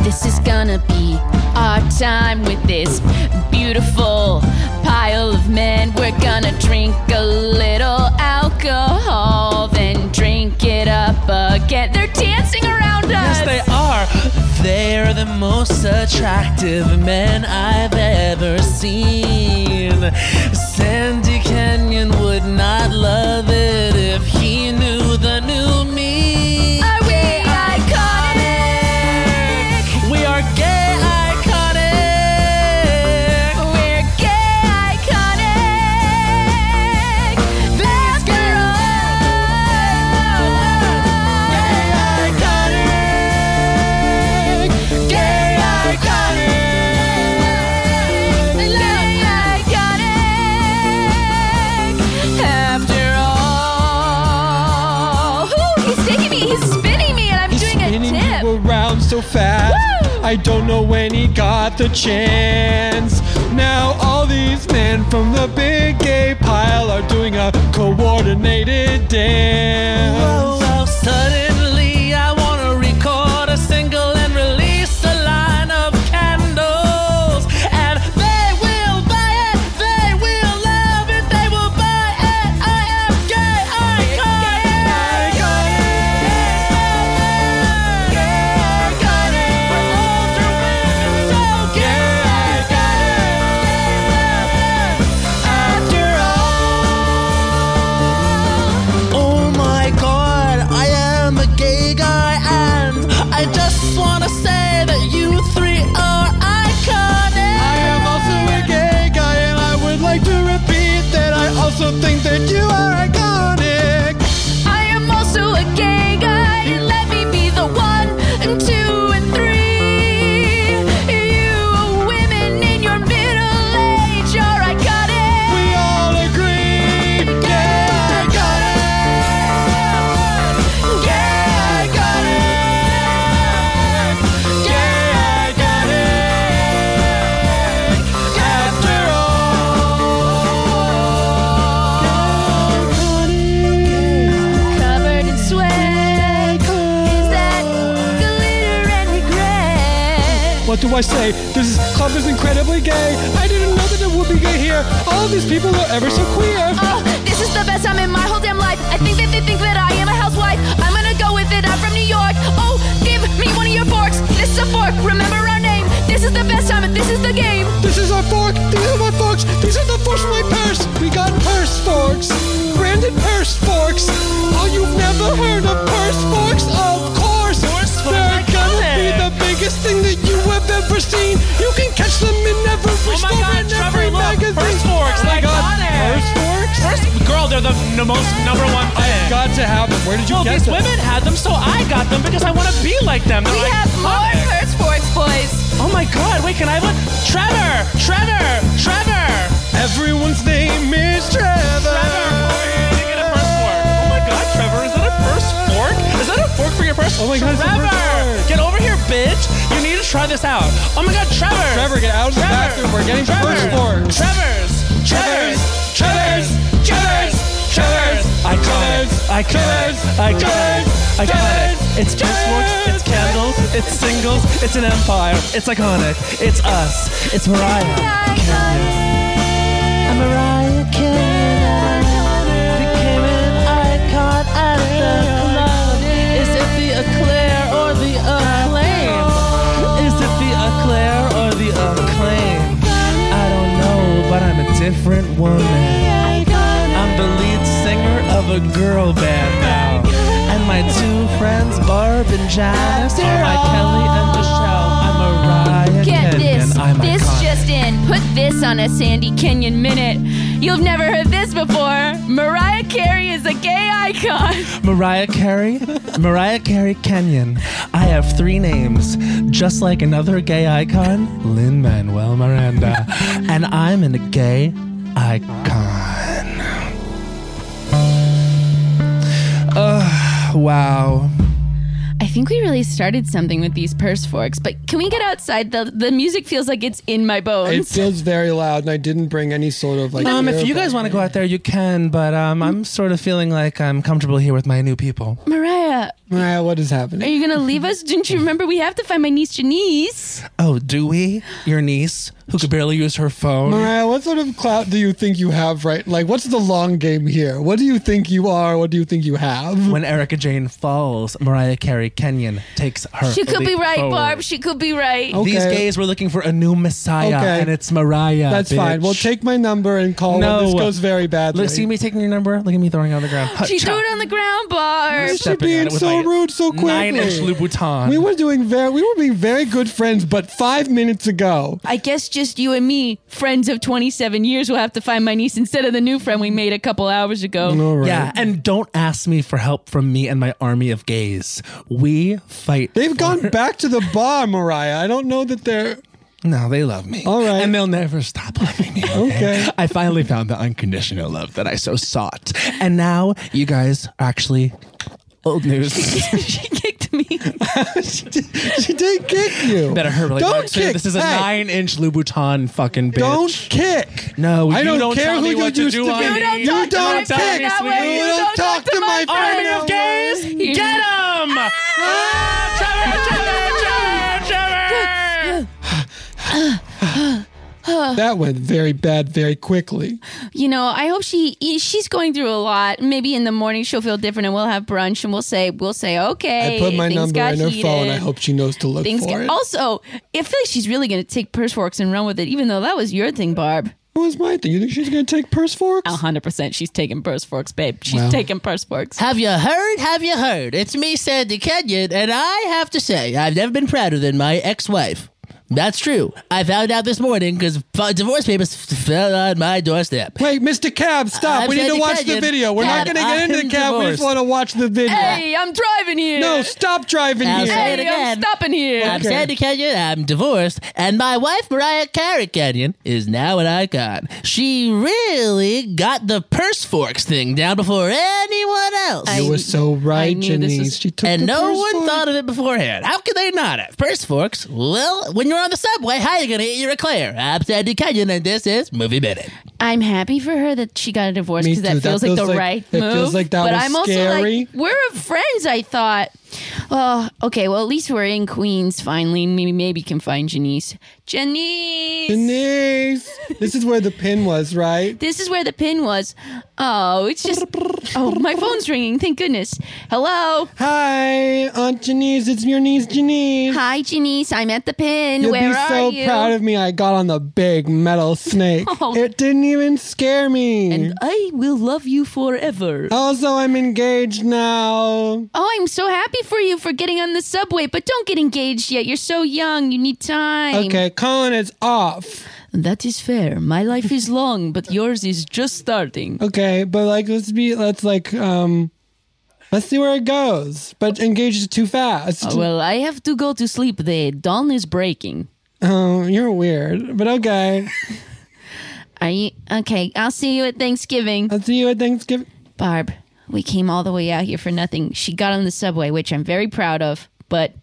D: This is gonna be our time with this beautiful pile of men. We're gonna drink a little alcohol, then drink it up again. They're dancing around us.
E: Yes, they are. They're the most attractive men I've ever seen. Sandy Kenyon would not love it if he knew the new me.
D: Are we iconic?
E: We are gay iconic.
D: We're gay iconic. Let's get on. Gay iconic. Gay iconic. After all, Ooh, he's taking me. He's spinning me, and I'm
C: He's
D: doing
C: spinning
D: a dip.
C: you around so fast.
D: Woo!
C: I don't know when he got the chance. Now all these men from the big gay pile are doing a coordinated dance.
E: Whoa, whoa, suddenly I want to record a single and release a line of candles. And they will buy it, they will love it, they will buy it. I am gay, Oh my god, I am a gay guy, and I just wanna say that you three are iconic.
C: I am also a gay guy, and I would like to repeat that I also think that you are iconic.
D: I am also a gay guy. and Let me be the one and two and three. You women in your middle age are iconic.
C: We all agree. Gay iconic. Gay iconic. Gay iconic. After all.
D: Covered in sweat. Is that glitter and regret?
C: What do I say? This club is incredibly gay. I didn't know that it would be gay here. All these people are ever so queer.
D: Oh, this is the best time in my whole damn life. I think that they think that I am a housewife. I'm gonna go with it. I'm from New York. Oh, give me one of your forks. This is a fork. Remember our name. This is the best time. This is the game.
C: This is our fork. These are my forks. These are the forks from my purse. We got purse forks. Branded purse forks. Oh, you've never heard of purse forks? Of course. Purse forks. They're gonna
E: Oh
C: Oh
E: the most number one thing. I've got to have them. Where did you no,
C: get
E: these
C: them?
E: women had them, so I got them because I want to be like them.
I: We have more curse words, boys.
E: Oh my god, wait, can I have one? Trevor! Trevor! Trevor!
C: Everyone's name is Trevor.
E: Oh my god, Trevor, is that a first fork? Is that a fork for your first? Oh my god, Trevor! Get over here, bitch! You need to try this out. Oh my god, Trevor!
C: Trevor, get out of the bathroom. We're getting
E: Trevor!
C: first forks.
E: Trevor's! Trevor's! Trevor's! Trevor's! Trevor's! I got it. I got it. I got it. I got it. It's first forks, it's candles, it's singles, it's an empire, it's iconic, it's us, it's Mariah.
J: I'm Mariah Carey. Became an icon at the club. Is it the eclair or the acclaim? Is it the eclair or the acclaim? I don't know, but I'm a different woman. I'm the lead singer of a girl band now. And my two friends, Barb and Jazz, are my Kelly and Michelle. I'm Mariah
D: Get
J: Carey,
D: this.
J: and I'm
D: This
J: iconic.
D: just in. Put this on a Sandy Kenyon minute. You've never heard this before. Mariah Carey is a gay icon.
E: Mariah Carey, Mariah Carey Kenyon. I have three names, just like another gay icon, Lin Manuel Miranda, and I'm a gay icon. Ugh, wow.
D: I think we really started something with these purse forks, but can we get outside? The the music feels like it's in my
C: It
D: bones.
C: feels very loud, and I didn't bring any sort of like.
E: um, if you guys want to go out there, you can, but um, I'm sort of feeling like I'm comfortable here with my new people.
D: Mariah,
C: Mariah, Ah, what is
D: are
C: happening?
D: you gonna leave us? Didn't you remember we have to find my niece Janice?
E: Oh, do we? Your niece, who could barely use her phone.
C: Mariah, what sort of clout do you think you have right? Like, what's the long game here? What do you think you are? What do you think you have?
E: When Erica Jane falls, Mariah Carey Kenyon takes her.
D: She could be
E: leap
D: right,
E: forward. Oh,
D: Barb. She could be right.
E: These gays were looking for a new messiah,
C: Okay.
E: and it's Mariah.
C: That's fine.
E: bitch.
C: Well, take my number and call. when
E: No.
C: this goes very badly.
E: Look, see me taking your number. Look at me throwing it on the ground.
D: She threw it on the ground, Barb.
C: She being so rude so quickly.
E: Nine-inch Louboutin.
C: We were doing very, we were being very good friends, but five minutes ago.
D: I guess just you and me, friends of 27 years, will have to find my niece instead of the new friend we made a couple hours ago.
E: Yeah, and don't ask me for help from me and my army of gays. We fight.
C: They've gone back to the bar, Mariah. I don't know that they're.
E: No, they love me. All right. And they'll never stop loving me. Okay. I finally found the unconditional love that I so sought. And now you guys are actually old news.
D: she kicked me.
C: she, did, she did kick you.
E: Better hurt really
C: Don't
E: bad, too.
C: kick.
E: This is a
C: Hey.
E: nine-inch Louboutin fucking bitch.
C: Don't kick.
E: No,
C: I
E: you
C: don't,
E: don't
C: care
E: tell
C: who
E: me
C: you
E: what
C: used
E: to
C: to,
E: do,
C: be.
E: honey.
C: You don't,
E: don't
C: kick.
E: talk to me that way.
C: You don't talk to my friend.
E: Army of gays,
D: You-
E: get him!
C: Ah,
E: Ah!
C: That went very bad very quickly.
D: You know, I hope she e, she's going through a lot. Maybe in the morning she'll feel different, and we'll have brunch, and we'll say we'll say okay.
C: I put my
D: things
C: number
D: got
C: in her
D: heated.
C: phone. I hope she knows to look
D: Things
C: for
D: got-
C: it.
D: also, I feel like she's really going to take purse forks and run with it, even though that was your thing, Barb.
C: What was my thing? You think she's going to take purse forks?
D: hundred percent, she's taking purse forks, babe. She's
C: Well.
D: taking purse forks.
K: Have you heard? Have you heard? It's me, Sandy Kenyon, and I have to say, I've never been prouder than my ex wife. That's true. I found out this morning because divorce papers f- fell on my doorstep.
C: Wait, Mr. Cab, stop.
K: I'm
C: we need to
K: Sandy
C: watch the
K: Kenyon,
C: video. We're
K: and
C: not going to get
K: I'm
C: into the cab. We just
K: divorced.
C: want to watch the video.
D: Hey, I'm driving here.
C: No, stop driving
K: I'll
C: here.
K: say it
D: Hey, I'm
K: again.
D: stopping here.
K: I'm Sandy Kenyon, I'm divorced, and my wife, Mariah Carey Kenyon, is now an icon. She really got the purse forks thing down before anyone else.
C: You were so right, Janice. she took
K: and
C: the
K: no
C: purse
K: one
C: fork.
K: thought of it beforehand. How could they not have? Purse forks? Well, when you're on the subway, how are you going to eat your eclair? I'm Sandy Kenyon, and this is Movie Minute.
D: I'm happy for her that she got a divorce
K: Me
D: because that,
K: too. That
D: feels like
K: feels
D: the
K: like-
D: right
K: it
D: move.
K: feels like that
D: but
K: was
D: I'm also
K: scary.
D: like, we're friends. I thought. Well, okay. Well, at least we're in Queens finally. Maybe maybe can find Janice. Janice.
C: Denise, this is where the pin was, right?
D: This is where the pin was. Oh, it's just. Oh, my phone's ringing. Thank goodness. Hello.
C: Hi, Aunt Janice. It's your niece, Janice.
D: Hi, Janice. I'm at the pin.
C: You'll
D: where
C: be
D: are
C: so
D: you?
C: proud of me. I got on the big metal snake.
D: Oh.
C: It didn't even scare me.
I: And I will love you forever.
C: also, I'm engaged now.
D: Oh, I'm so happy for you for getting on the subway, but don't get engaged yet. You're so young. You need time.
C: Okay, Colin is off.
L: That is fair. My life is long, but yours is just starting.
C: Okay, but like let's be let's like um let's see where it goes. But engage is too fast.
D: Oh,
L: Uh, well, I have to go to sleep. The dawn is breaking.
C: Oh, you're weird. But okay.
D: Are you okay? I'll see you at Thanksgiving.
C: I'll see you at Thanksgiving.
D: Barb, we came all the way out here for nothing. She got on the subway, which I'm very proud of, but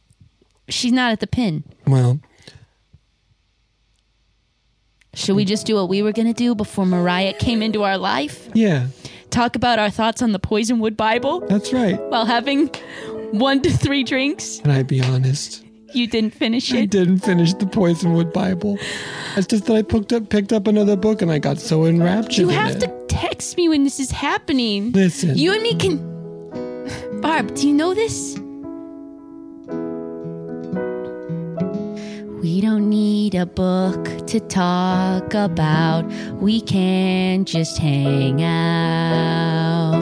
D: she's not at the pin.
C: Well,
D: Should we just do what we were gonna do before Mariah came into our life?
C: yeah.
D: Talk about our thoughts on the Poisonwood Bible
C: That's right.
D: while having one to three drinks.
C: Can I be honest?
D: You didn't finish
C: I
D: it.
C: didn't finish the Poisonwood Bible. It's just that I picked up picked up another book and I got so enraptured.
D: You
C: in
D: have
C: it.
D: to text me when this is happening.
C: Listen.
D: You and me can. Barb, do you know this? We don't need a book to talk about. We can just hang out.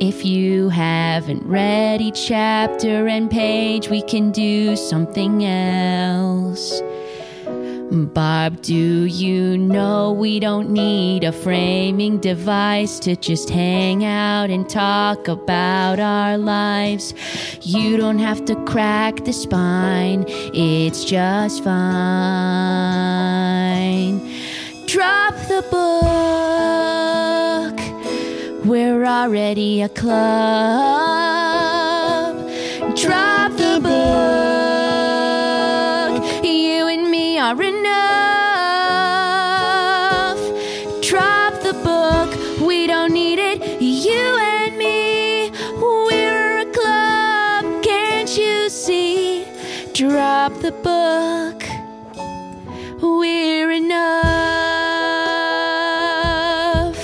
D: If you haven't read each chapter and page, we can do something else. Bob, do you know we don't need a framing device to just hang out and talk about our lives? You don't have to crack the spine, it's just fine. Drop the book, we're already a club. Drop the book. You and me are enough. Drop the book. We don't need it. You and me, we're a club. Can't you see? Drop the book. We're enough.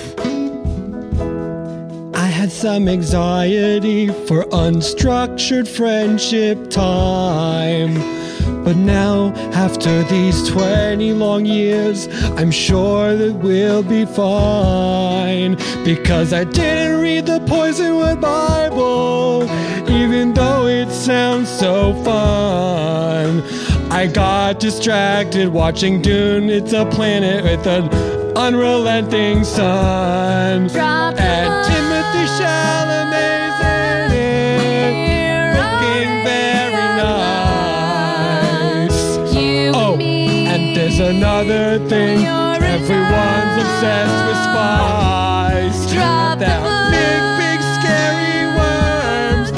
C: I had some anxiety for unstructured friendship time. But now, after these 20 long years, I'm sure that we'll be fine. Because I didn't read the Poisonwood Bible, even though it sounds so fun. I got distracted watching Dune, it's a planet with an unrelenting sun.
M: Drop the
C: and
M: book.
C: Timothy Chalamet's in it, looking very nice.
D: You
C: oh, and there's another thing. Everyone's obsessed with spice.
M: Drop the
C: They're big, big, scary worms.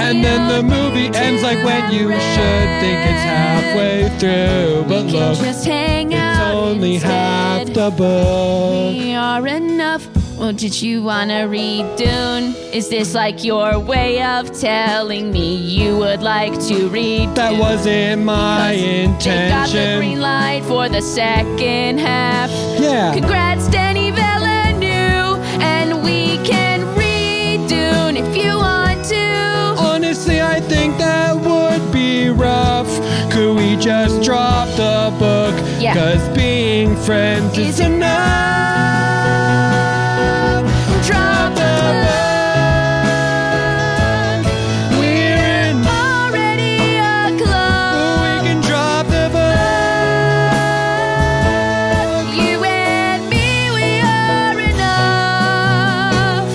C: And then the movie ends like when you should think it's halfway through, but look,
D: Just hang
C: it's
D: out.
C: only half the book.
D: We are enough. Well, did you wanna read Dune? Is this like your way of telling me you would like to read?
C: That wasn't my
D: They got the green
C: intention.
D: light for the second half.
C: Yeah.
D: Congrats, Denny Villeneuve, and we can read Dune if you want to.
C: Honestly, I think that would be rough. Could we just drop the book?
M: Yeah.
C: Cause being friends is, enough.
D: Drop
C: the book. We're in
D: already a club.
C: We can drop the book.
D: You and me, we are enough.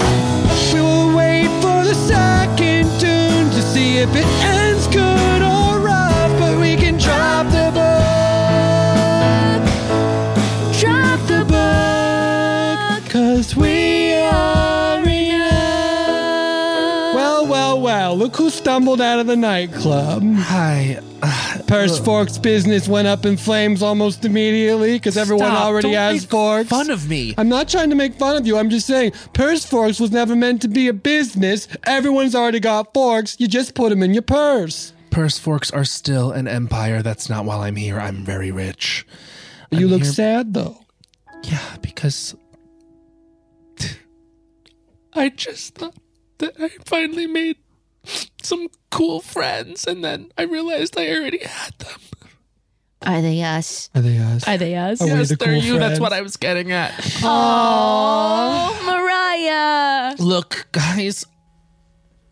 C: We will wait for the second tune to see if it ends good or rough, but we can drop the book. Drop the book, cause we are enough. Well, well, well, look who stumbled out of the nightclub. Hi. Purse Fork's business went up in flames almost immediately because everyone
E: Stop,
C: already
E: don't
C: has
E: make
C: forks.
E: fun of me.
C: I'm not trying to make fun of you. I'm just saying, purse forks was never meant to be a business. Everyone's already got forks. You just put them in your purse.
E: Purse forks are still an empire. That's not while I'm here. I'm very rich.
C: You
E: I'm
C: look
E: here-
C: sad, though.
E: Yeah, because I just thought that I finally made some cool friends, and then I realized I already had them.
D: Are they us?
C: Are they us? Oh.
D: Are they us?
E: yes, they're you. That's what I was getting at.
D: Oh, Mariah.
E: Look, guys,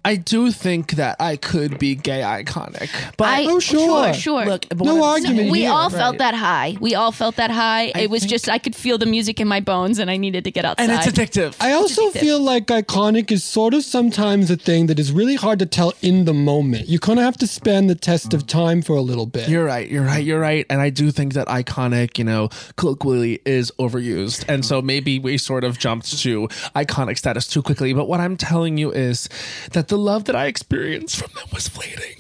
E: I do think that I could be gay iconic.
D: But I,
E: oh
D: sure,
E: sure,
D: sure.
E: Look, but no argument.
D: we
E: here.
D: all felt that high. We all felt that high. it was just I could feel the music in my bones, and I needed to get outside.
C: I also feel like iconic is sort of sometimes a thing that is really hard to tell in the moment. You kind of have to span the test of time for a little bit.
E: You're right. You're right. You're right. And I do think that iconic, you know, colloquially is overused. And so maybe we sort of jumped to iconic status too quickly. But what I'm telling you is that the love that I experienced from them was fleeting.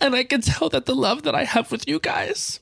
E: And I can tell that the love that I have with you guys,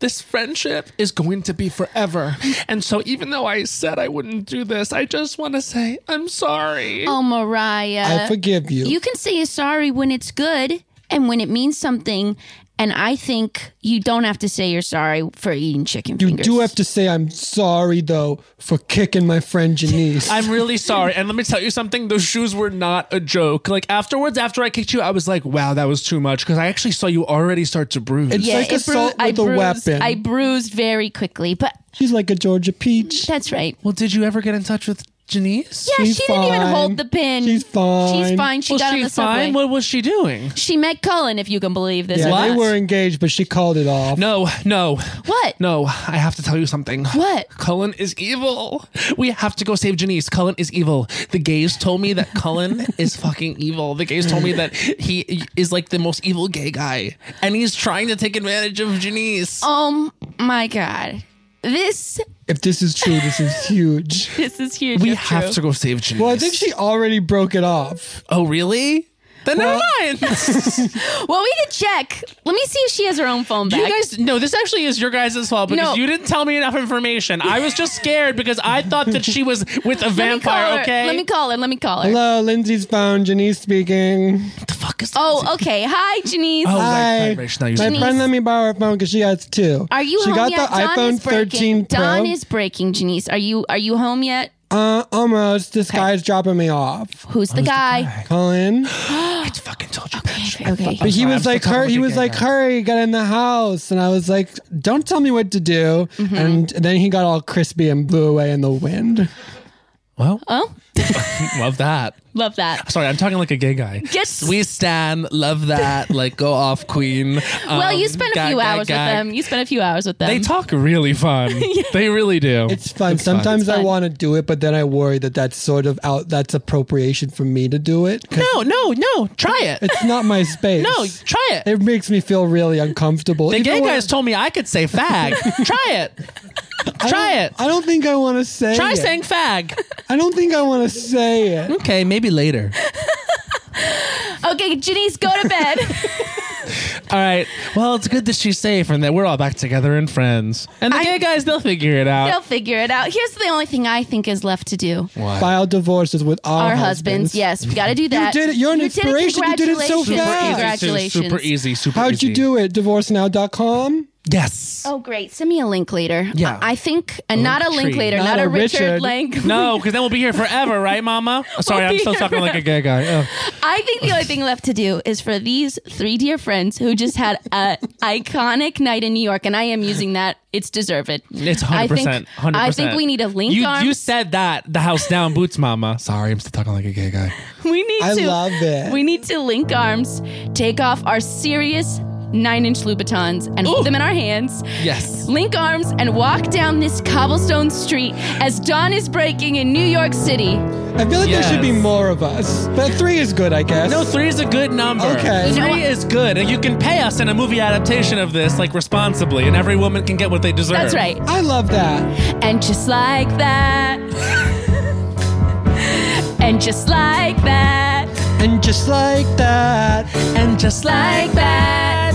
E: this friendship is going to be forever. And so even though I said I wouldn't do this, I just want to say I'm sorry.
D: Oh, Mariah.
E: I forgive you.
D: You can say you're sorry when it's good and when it means something. And I think you don't have to say you're sorry for eating chicken
C: You
D: fingers.
C: do have to say I'm sorry though for kicking my friend Janice.
E: I'm really sorry. And let me tell you something. Those shoes were not a joke. Like afterwards, after I kicked you, I was like, wow, that was too much. Because I actually saw you already start to bruise.
D: it bru- I bruised- I bruised very quickly, but
C: she's like a Georgia peach.
D: That's right.
E: Well, did you ever get in touch with Janice?
D: Yeah, she didn't even hold the pin. She's
C: fine.
D: She's fine. She
E: Was
D: got on
E: she
D: the subway.
E: fine? What was she doing?
D: She met Cullen, if you can believe this.
C: yeah,
D: or
C: they
D: not.
C: were engaged, but she called it off.
E: No, no.
D: What?
E: No, I have to tell you something.
D: What?
E: Cullen is evil. We have to go save Janice. Cullen is evil. The gays told me that Cullen is fucking evil. The gays told me that he is like the most evil gay guy. And he's trying to take advantage of Janice.
D: Oh my god, this
C: If this is true, this is huge.
D: this is huge.
E: We
D: It's
E: have
D: true.
E: to go save Janice.
C: Well, I think she already broke it off.
E: Oh, really? Then
C: Well-
E: never mind.
D: Well, we can check. Let me see if she has her own phone back.
E: You guys, no, this actually is your guys' fault
D: No.
E: because you didn't tell me enough information. I was just scared because I thought that she was with
D: Let me
E: a
D: call
E: vampire,
D: her.
E: okay?
D: Let me call her. Let me call her.
C: Hello, Lindsay's phone. Janice speaking.
D: Oh, okay. Hi, Janice.
E: Oh.
C: Hi. My friend let me borrow her phone because she has two.
D: Are you
C: She
D: home
C: got
D: yet?
C: the
D: Dawn
C: iPhone
D: is breaking.
C: 13 Pro.
D: Dawn is breaking, Janice. Are you are you home yet?
C: uh, almost. This guy's dropping me off.
D: Who's the guy?
C: Colin.
D: Okay, okay.
C: But he was like, hurry, he was like, hurry, get in the house. And I was like, don't tell me what to do.
E: Mm-hmm.
C: And then he got all crispy and blew away in the wind.
E: Well,
D: oh,
E: love that.
D: Love that.
E: Sorry, I'm talking like a gay guy.
D: Yes.
E: We stan, love that. Like, go off, queen.
D: well, you
E: Um,
D: spent a
E: gag,
D: few
E: gag,
D: hours
E: gag.
D: with them. You spent a few hours with them.
E: They talk really fun. They really do.
C: It's fun. Sometimes I want to do it, but then I worry that that's sort of out, that's appropriation for me to do it. 'Cause
E: No, no, no. Try it.
C: It's not my space.
E: No, try it.
C: It makes me feel really uncomfortable.
E: The
C: Even
E: gay
C: when-
E: guys told me I could say fag. Try it.
C: I
E: Try it.
C: I don't think I want to say
E: Try
C: it.
E: saying fag.
C: I don't think I want to say it.
E: Okay, maybe later.
D: Okay, Janice, go to bed.
E: All right. Well, it's good that she's safe and that we're all back together and friends. And the gay guys, they'll figure it out.
D: They'll figure it out. Here's the only thing I think is left to do.
E: Mm.
C: File divorces with our,
D: Our husbands. Yes, we got to do that.
C: You did it. You're an
D: You did it.
C: inspiration. You did it so
D: Congratulations.
C: fast.
D: Congratulations.
E: easy. Super
C: How'd you do it? Divorcenow.com?
E: Yes.
D: Oh, great. Send me a link later.
E: Yeah.
D: I I think, and not a link later, not, a Richard, Lank.
E: No, because then we'll be here forever, right, Mama? Sorry,
D: We'll
E: I'm
D: be
E: still
D: here
E: talking like a gay guy. Oh, Ugh.
D: I think the only thing left to do is for these three dear friends who just had an iconic night in New York, and I am using that. It's deserved.
E: It's
D: I
E: hundred
D: think-
E: percent. Hundred
D: I think we need a link
E: You,
D: arm.
E: you said that the house down boots, Mama. Sorry, I'm still talking like a gay guy.
D: We need
E: I
D: to.
E: love it.
D: We need to link arms, take off our serious nine-inch Louboutins, and put them in our hands.
E: Yes.
D: Link arms and walk down this cobblestone street as dawn is breaking in New York City.
C: I feel like there should be more of us. But three is good, I guess.
E: No, three is a good number.
C: Okay. You know
E: three is good, and you can pay us in a movie adaptation of this, like responsibly, and every woman can get what they deserve.
D: That's right.
C: I love that.
D: And just like that. and just like that.
C: And just like that.
E: And just
D: like that.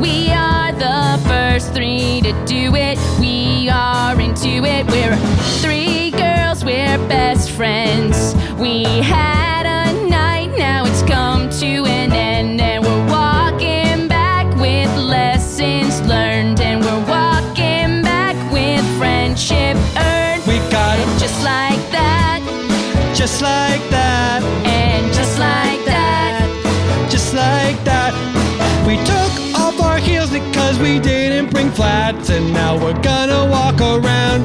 D: We are the first three to do it. We are into it. We're three girls. We're best friends. We had a night. Now it's come to an end. And we're walking back with lessons learned. And we're walking back with friendship earned.
C: We got it.
D: Just like that.
C: Just like that.
D: And just like that.
C: Just like that. We took off our heels because we didn't bring flats. And now we're gonna walk around.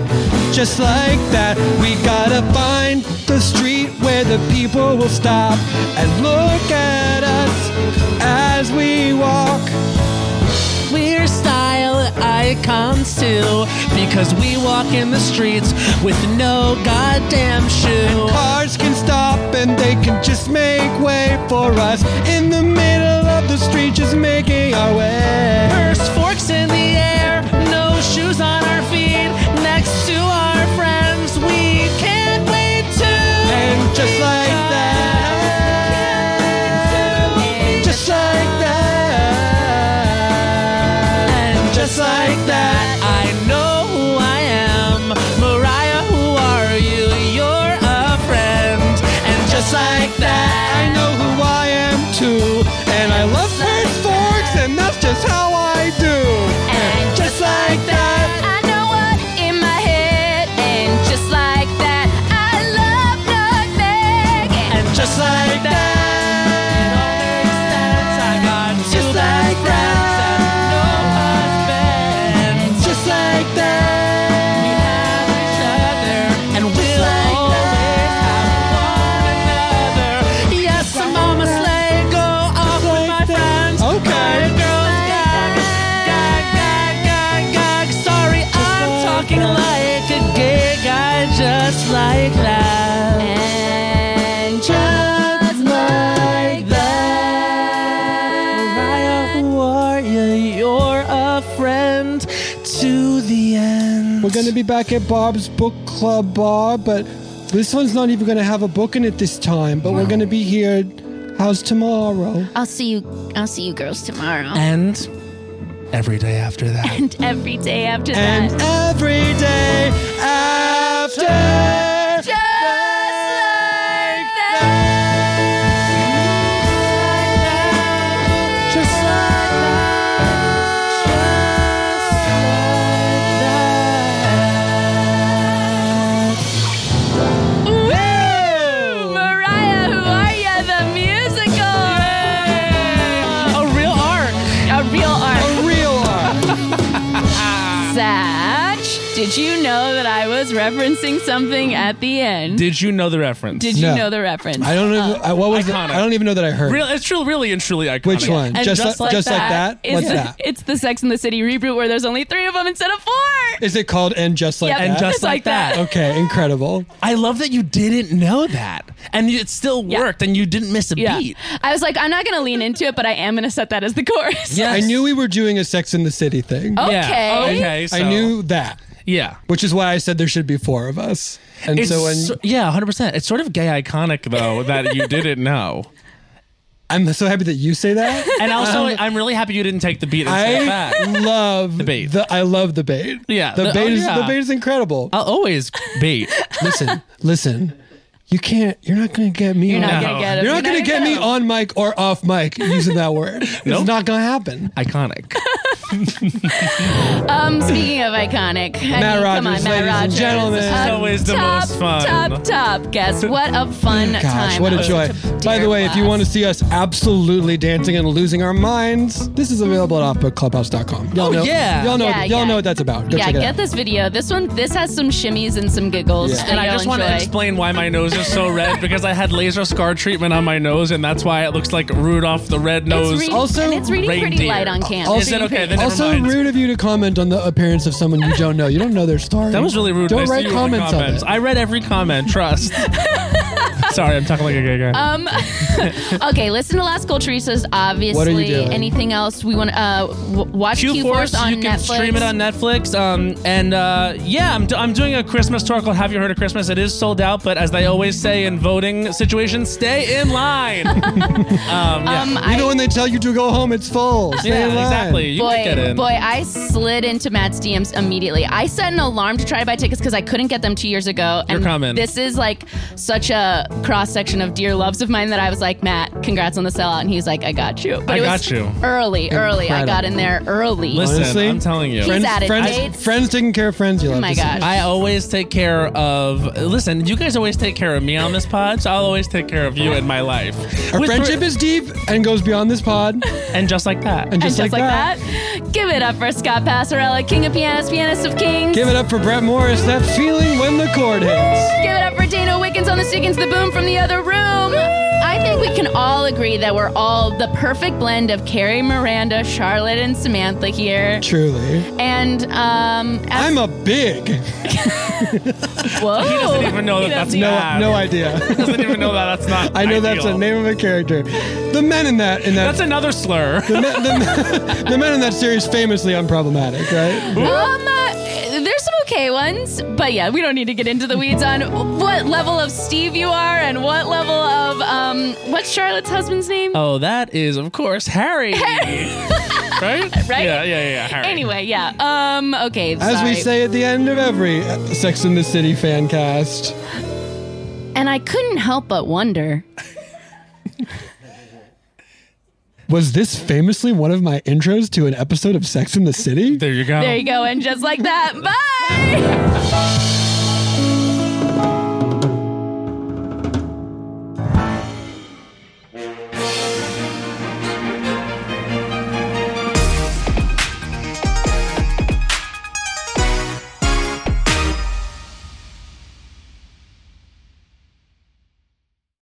C: Just like that. We gotta find the street where. where the people will stop and look at us as we walk.
N: We're style icons too, because we walk in the streets with no goddamn shoe.
C: Cars can stop and they can just make way for us in the middle of the street, just making our way.
N: First forks in the air, no shoes on our feet. Next to our friends, we can't wait to.
C: And just like that, just like
N: and just like
C: that,
N: that, I know who I am. Mariah, who are you? You're a friend. And just like that,
C: I know who I am too, and I love first forks, and that's just how I do.
O: And just like that, I know what in my head. And just like that, I love nutmeg.
N: and just like that, I got two
O: Just
N: best
O: like
N: friends and no husband.
O: And just like that, we have each other.
N: And we'll always have one another. Yes, I'm on a sleigh, go off with my friends.
C: Okay.
N: Riot girls, gag, gag, gag, gag, gag. Sorry, I'm talking like a gay guy, just like that. And just like that. Mariah, who are you? You're a friend to the end.
C: We're gonna be back at Bob's book club bar, but this one's not even gonna have a book in it this time. But we're gonna be here. How's tomorrow?
D: I'll see you. I'll see you girls tomorrow.
P: And every day after that.
D: And every day after
C: And
D: that.
C: every day after.
D: Woo! Mariah, who are you? The musical.
N: A real arc.
D: A real arc.
C: Real art.
D: Zach, did you know that I was referencing something at the end?
E: Did you know the reference?
D: Did you
C: No.
D: know the reference?
C: I don't know. I, what was it? I don't even know that I heard.
E: Uh, Real, it's true, really and truly iconic.
C: Which one?
D: And
C: Just, like, just like that.
D: is
C: What's
D: the,
C: that?
D: It's the Sex and the City reboot where there's only three of them instead of four.
C: Is it called and just like
D: Yep,
C: that?
D: And Just Just Like Like That. That.
C: Okay, incredible.
E: I love that you didn't know that, and it still
D: Yeah.
E: worked, and you didn't miss a
D: Yeah.
E: beat.
D: I was like, I'm not going to lean into it, but I am going to set that as the chorus.
C: I knew we were doing a Sex in the City thing.
D: Okay.
E: Yeah. Okay.
C: I
E: Oh. so-
C: knew that,
E: Yeah.
C: which is why I said there should be four of us. And
E: It's
C: so when
E: so- yeah, hundred percent. It's sort of gay iconic though that you didn't know.
C: I'm so happy that you say that.
E: And also, I'm really happy you didn't take the beat and step
C: Um, I
E: back.
C: love the
E: bait.
C: I love the bait.
E: Yeah,
C: the,
E: the-
C: bait
E: oh,
C: is the
E: yeah.
C: bait is incredible.
E: I'll always bait.
C: listen, listen. You can't. You're not gonna get me.
D: You're
C: on,
D: not going to get it.
C: You're not gonna get me on mic or off mic using that word.
E: Nope.
C: It's not gonna happen.
E: Iconic.
D: Um, speaking of iconic, I mean,
C: Matt
D: come
C: Rogers,
D: on, Matt
C: ladies and
D: Rogers.
C: gentlemen. This is
D: Uh,
E: always the
D: top,
E: most fun.
D: Top, top. Guess what a fun
C: Gosh,
D: time.
C: what
D: it
C: a
D: was
C: joy.
D: to
C: By the
D: Dear
C: way, if you
D: Bob.
C: want to see us absolutely dancing and losing our minds, this is available at offbookclubhouse.com. Y'all
E: Oh,
C: know,
E: yeah.
C: Y'all know,
D: Yeah,
C: y'all
D: yeah.
C: know what that's about. Go
D: yeah,
C: check it
D: get
C: out.
D: this video. This one, this has some shimmies and some giggles.
C: Yeah.
D: that
E: And I
D: you'll
E: just want to
D: enjoy.
E: explain why my nose is so red because I had laser scar treatment on my nose, and that's why it looks like Rudolph the Red
D: It's
E: Nose.
D: reading,
C: Also-
D: and it's reading pretty
E: Reindeer.
D: light on camera.
C: Also-
E: is it okay? Then never
C: also,
E: mind.
C: rude of you to comment on the appearance of someone you don't know. You don't know their story.
E: That was really rude. I
C: Don't
E: see
C: write
E: you in the
C: comments,
E: comments.
C: on it.
E: I read every comment. Trust. Sorry, I'm talking like a gay guy.
D: Um, okay, listen to Las Culturistas, obviously.
C: What are you doing?
D: Anything else we want to uh, w- watch?
E: Q Force,
D: on
E: you
D: Netflix.
E: can stream it on Netflix. Um, and uh, yeah, I'm, d- I'm doing a Christmas tour called Have You Heard of Christmas? It is sold out, but as they always say in voting situations, stay in line. um, yeah.
D: Um, I-
C: Even when they tell you to go home, it's full. Stay
E: yeah,
C: in line.
E: exactly. You
D: boy,
E: can get in.
D: boy, I slid into Matt's DMs immediately. I set an alarm to try to buy tickets because I couldn't get them two years ago.
E: You're
D: And
E: coming.
D: This is like such a cross section of dear loves of mine that I was like, Matt, congrats on the sellout, and he's like, I got you. But
E: I
D: it was
E: got you.
D: Early, early. I got in there early.
E: Listen,
C: Honestly,
E: I'm telling you.
D: He's at it,
C: Friends,
D: dates.
C: friends taking care of friends. You
D: Oh
C: love
D: my
C: to see.
D: gosh.
E: I always take care of. Listen, you guys always take care of me on this pod, so I'll always take care of you in my life.
C: Our
E: With-
C: friendship is deep and goes beyond this pod.
E: and just like that.
C: And
D: and
C: just,
D: just like, that. give it up for Scott Passarella, King of Pianists, Pianist of Kings.
C: Give it up for Brett Morris. That feeling when the chord hits.
D: Give it up for Dana Wick seconds on the seconds, the boom from the other room. I think we can all agree that we're all the perfect blend of Carrie, Miranda, Charlotte, and Samantha here.
C: Truly.
D: And um, as-
C: I'm a big.
D: Whoa. He doesn't
E: even know that that's
C: no,
E: bad.
C: no idea.
E: doesn't even know that that's not.
C: I know that's the
E: ideal.
C: name of a character. The men in that in that
E: That's another slur.
C: the, men, the, men- the men in that series famously unproblematic, right?
D: Um, uh, there's some okay ones, but yeah, we don't need to get into the weeds on what level of Steve you are and what level of um, what's Charlotte's husband's name?
E: Oh, that is of course Harry. right?
D: Right?
E: Yeah, yeah, yeah. Harry.
D: Anyway, yeah. Um, okay.
C: As we
D: sorry.
C: say at the end of every uh, Sex in the City fan cast.
D: and I couldn't help but wonder.
E: Oh.
C: Was this famously one of my intros to an episode of Sex in the City?
E: There you go.
D: There you go, and just like that, bye.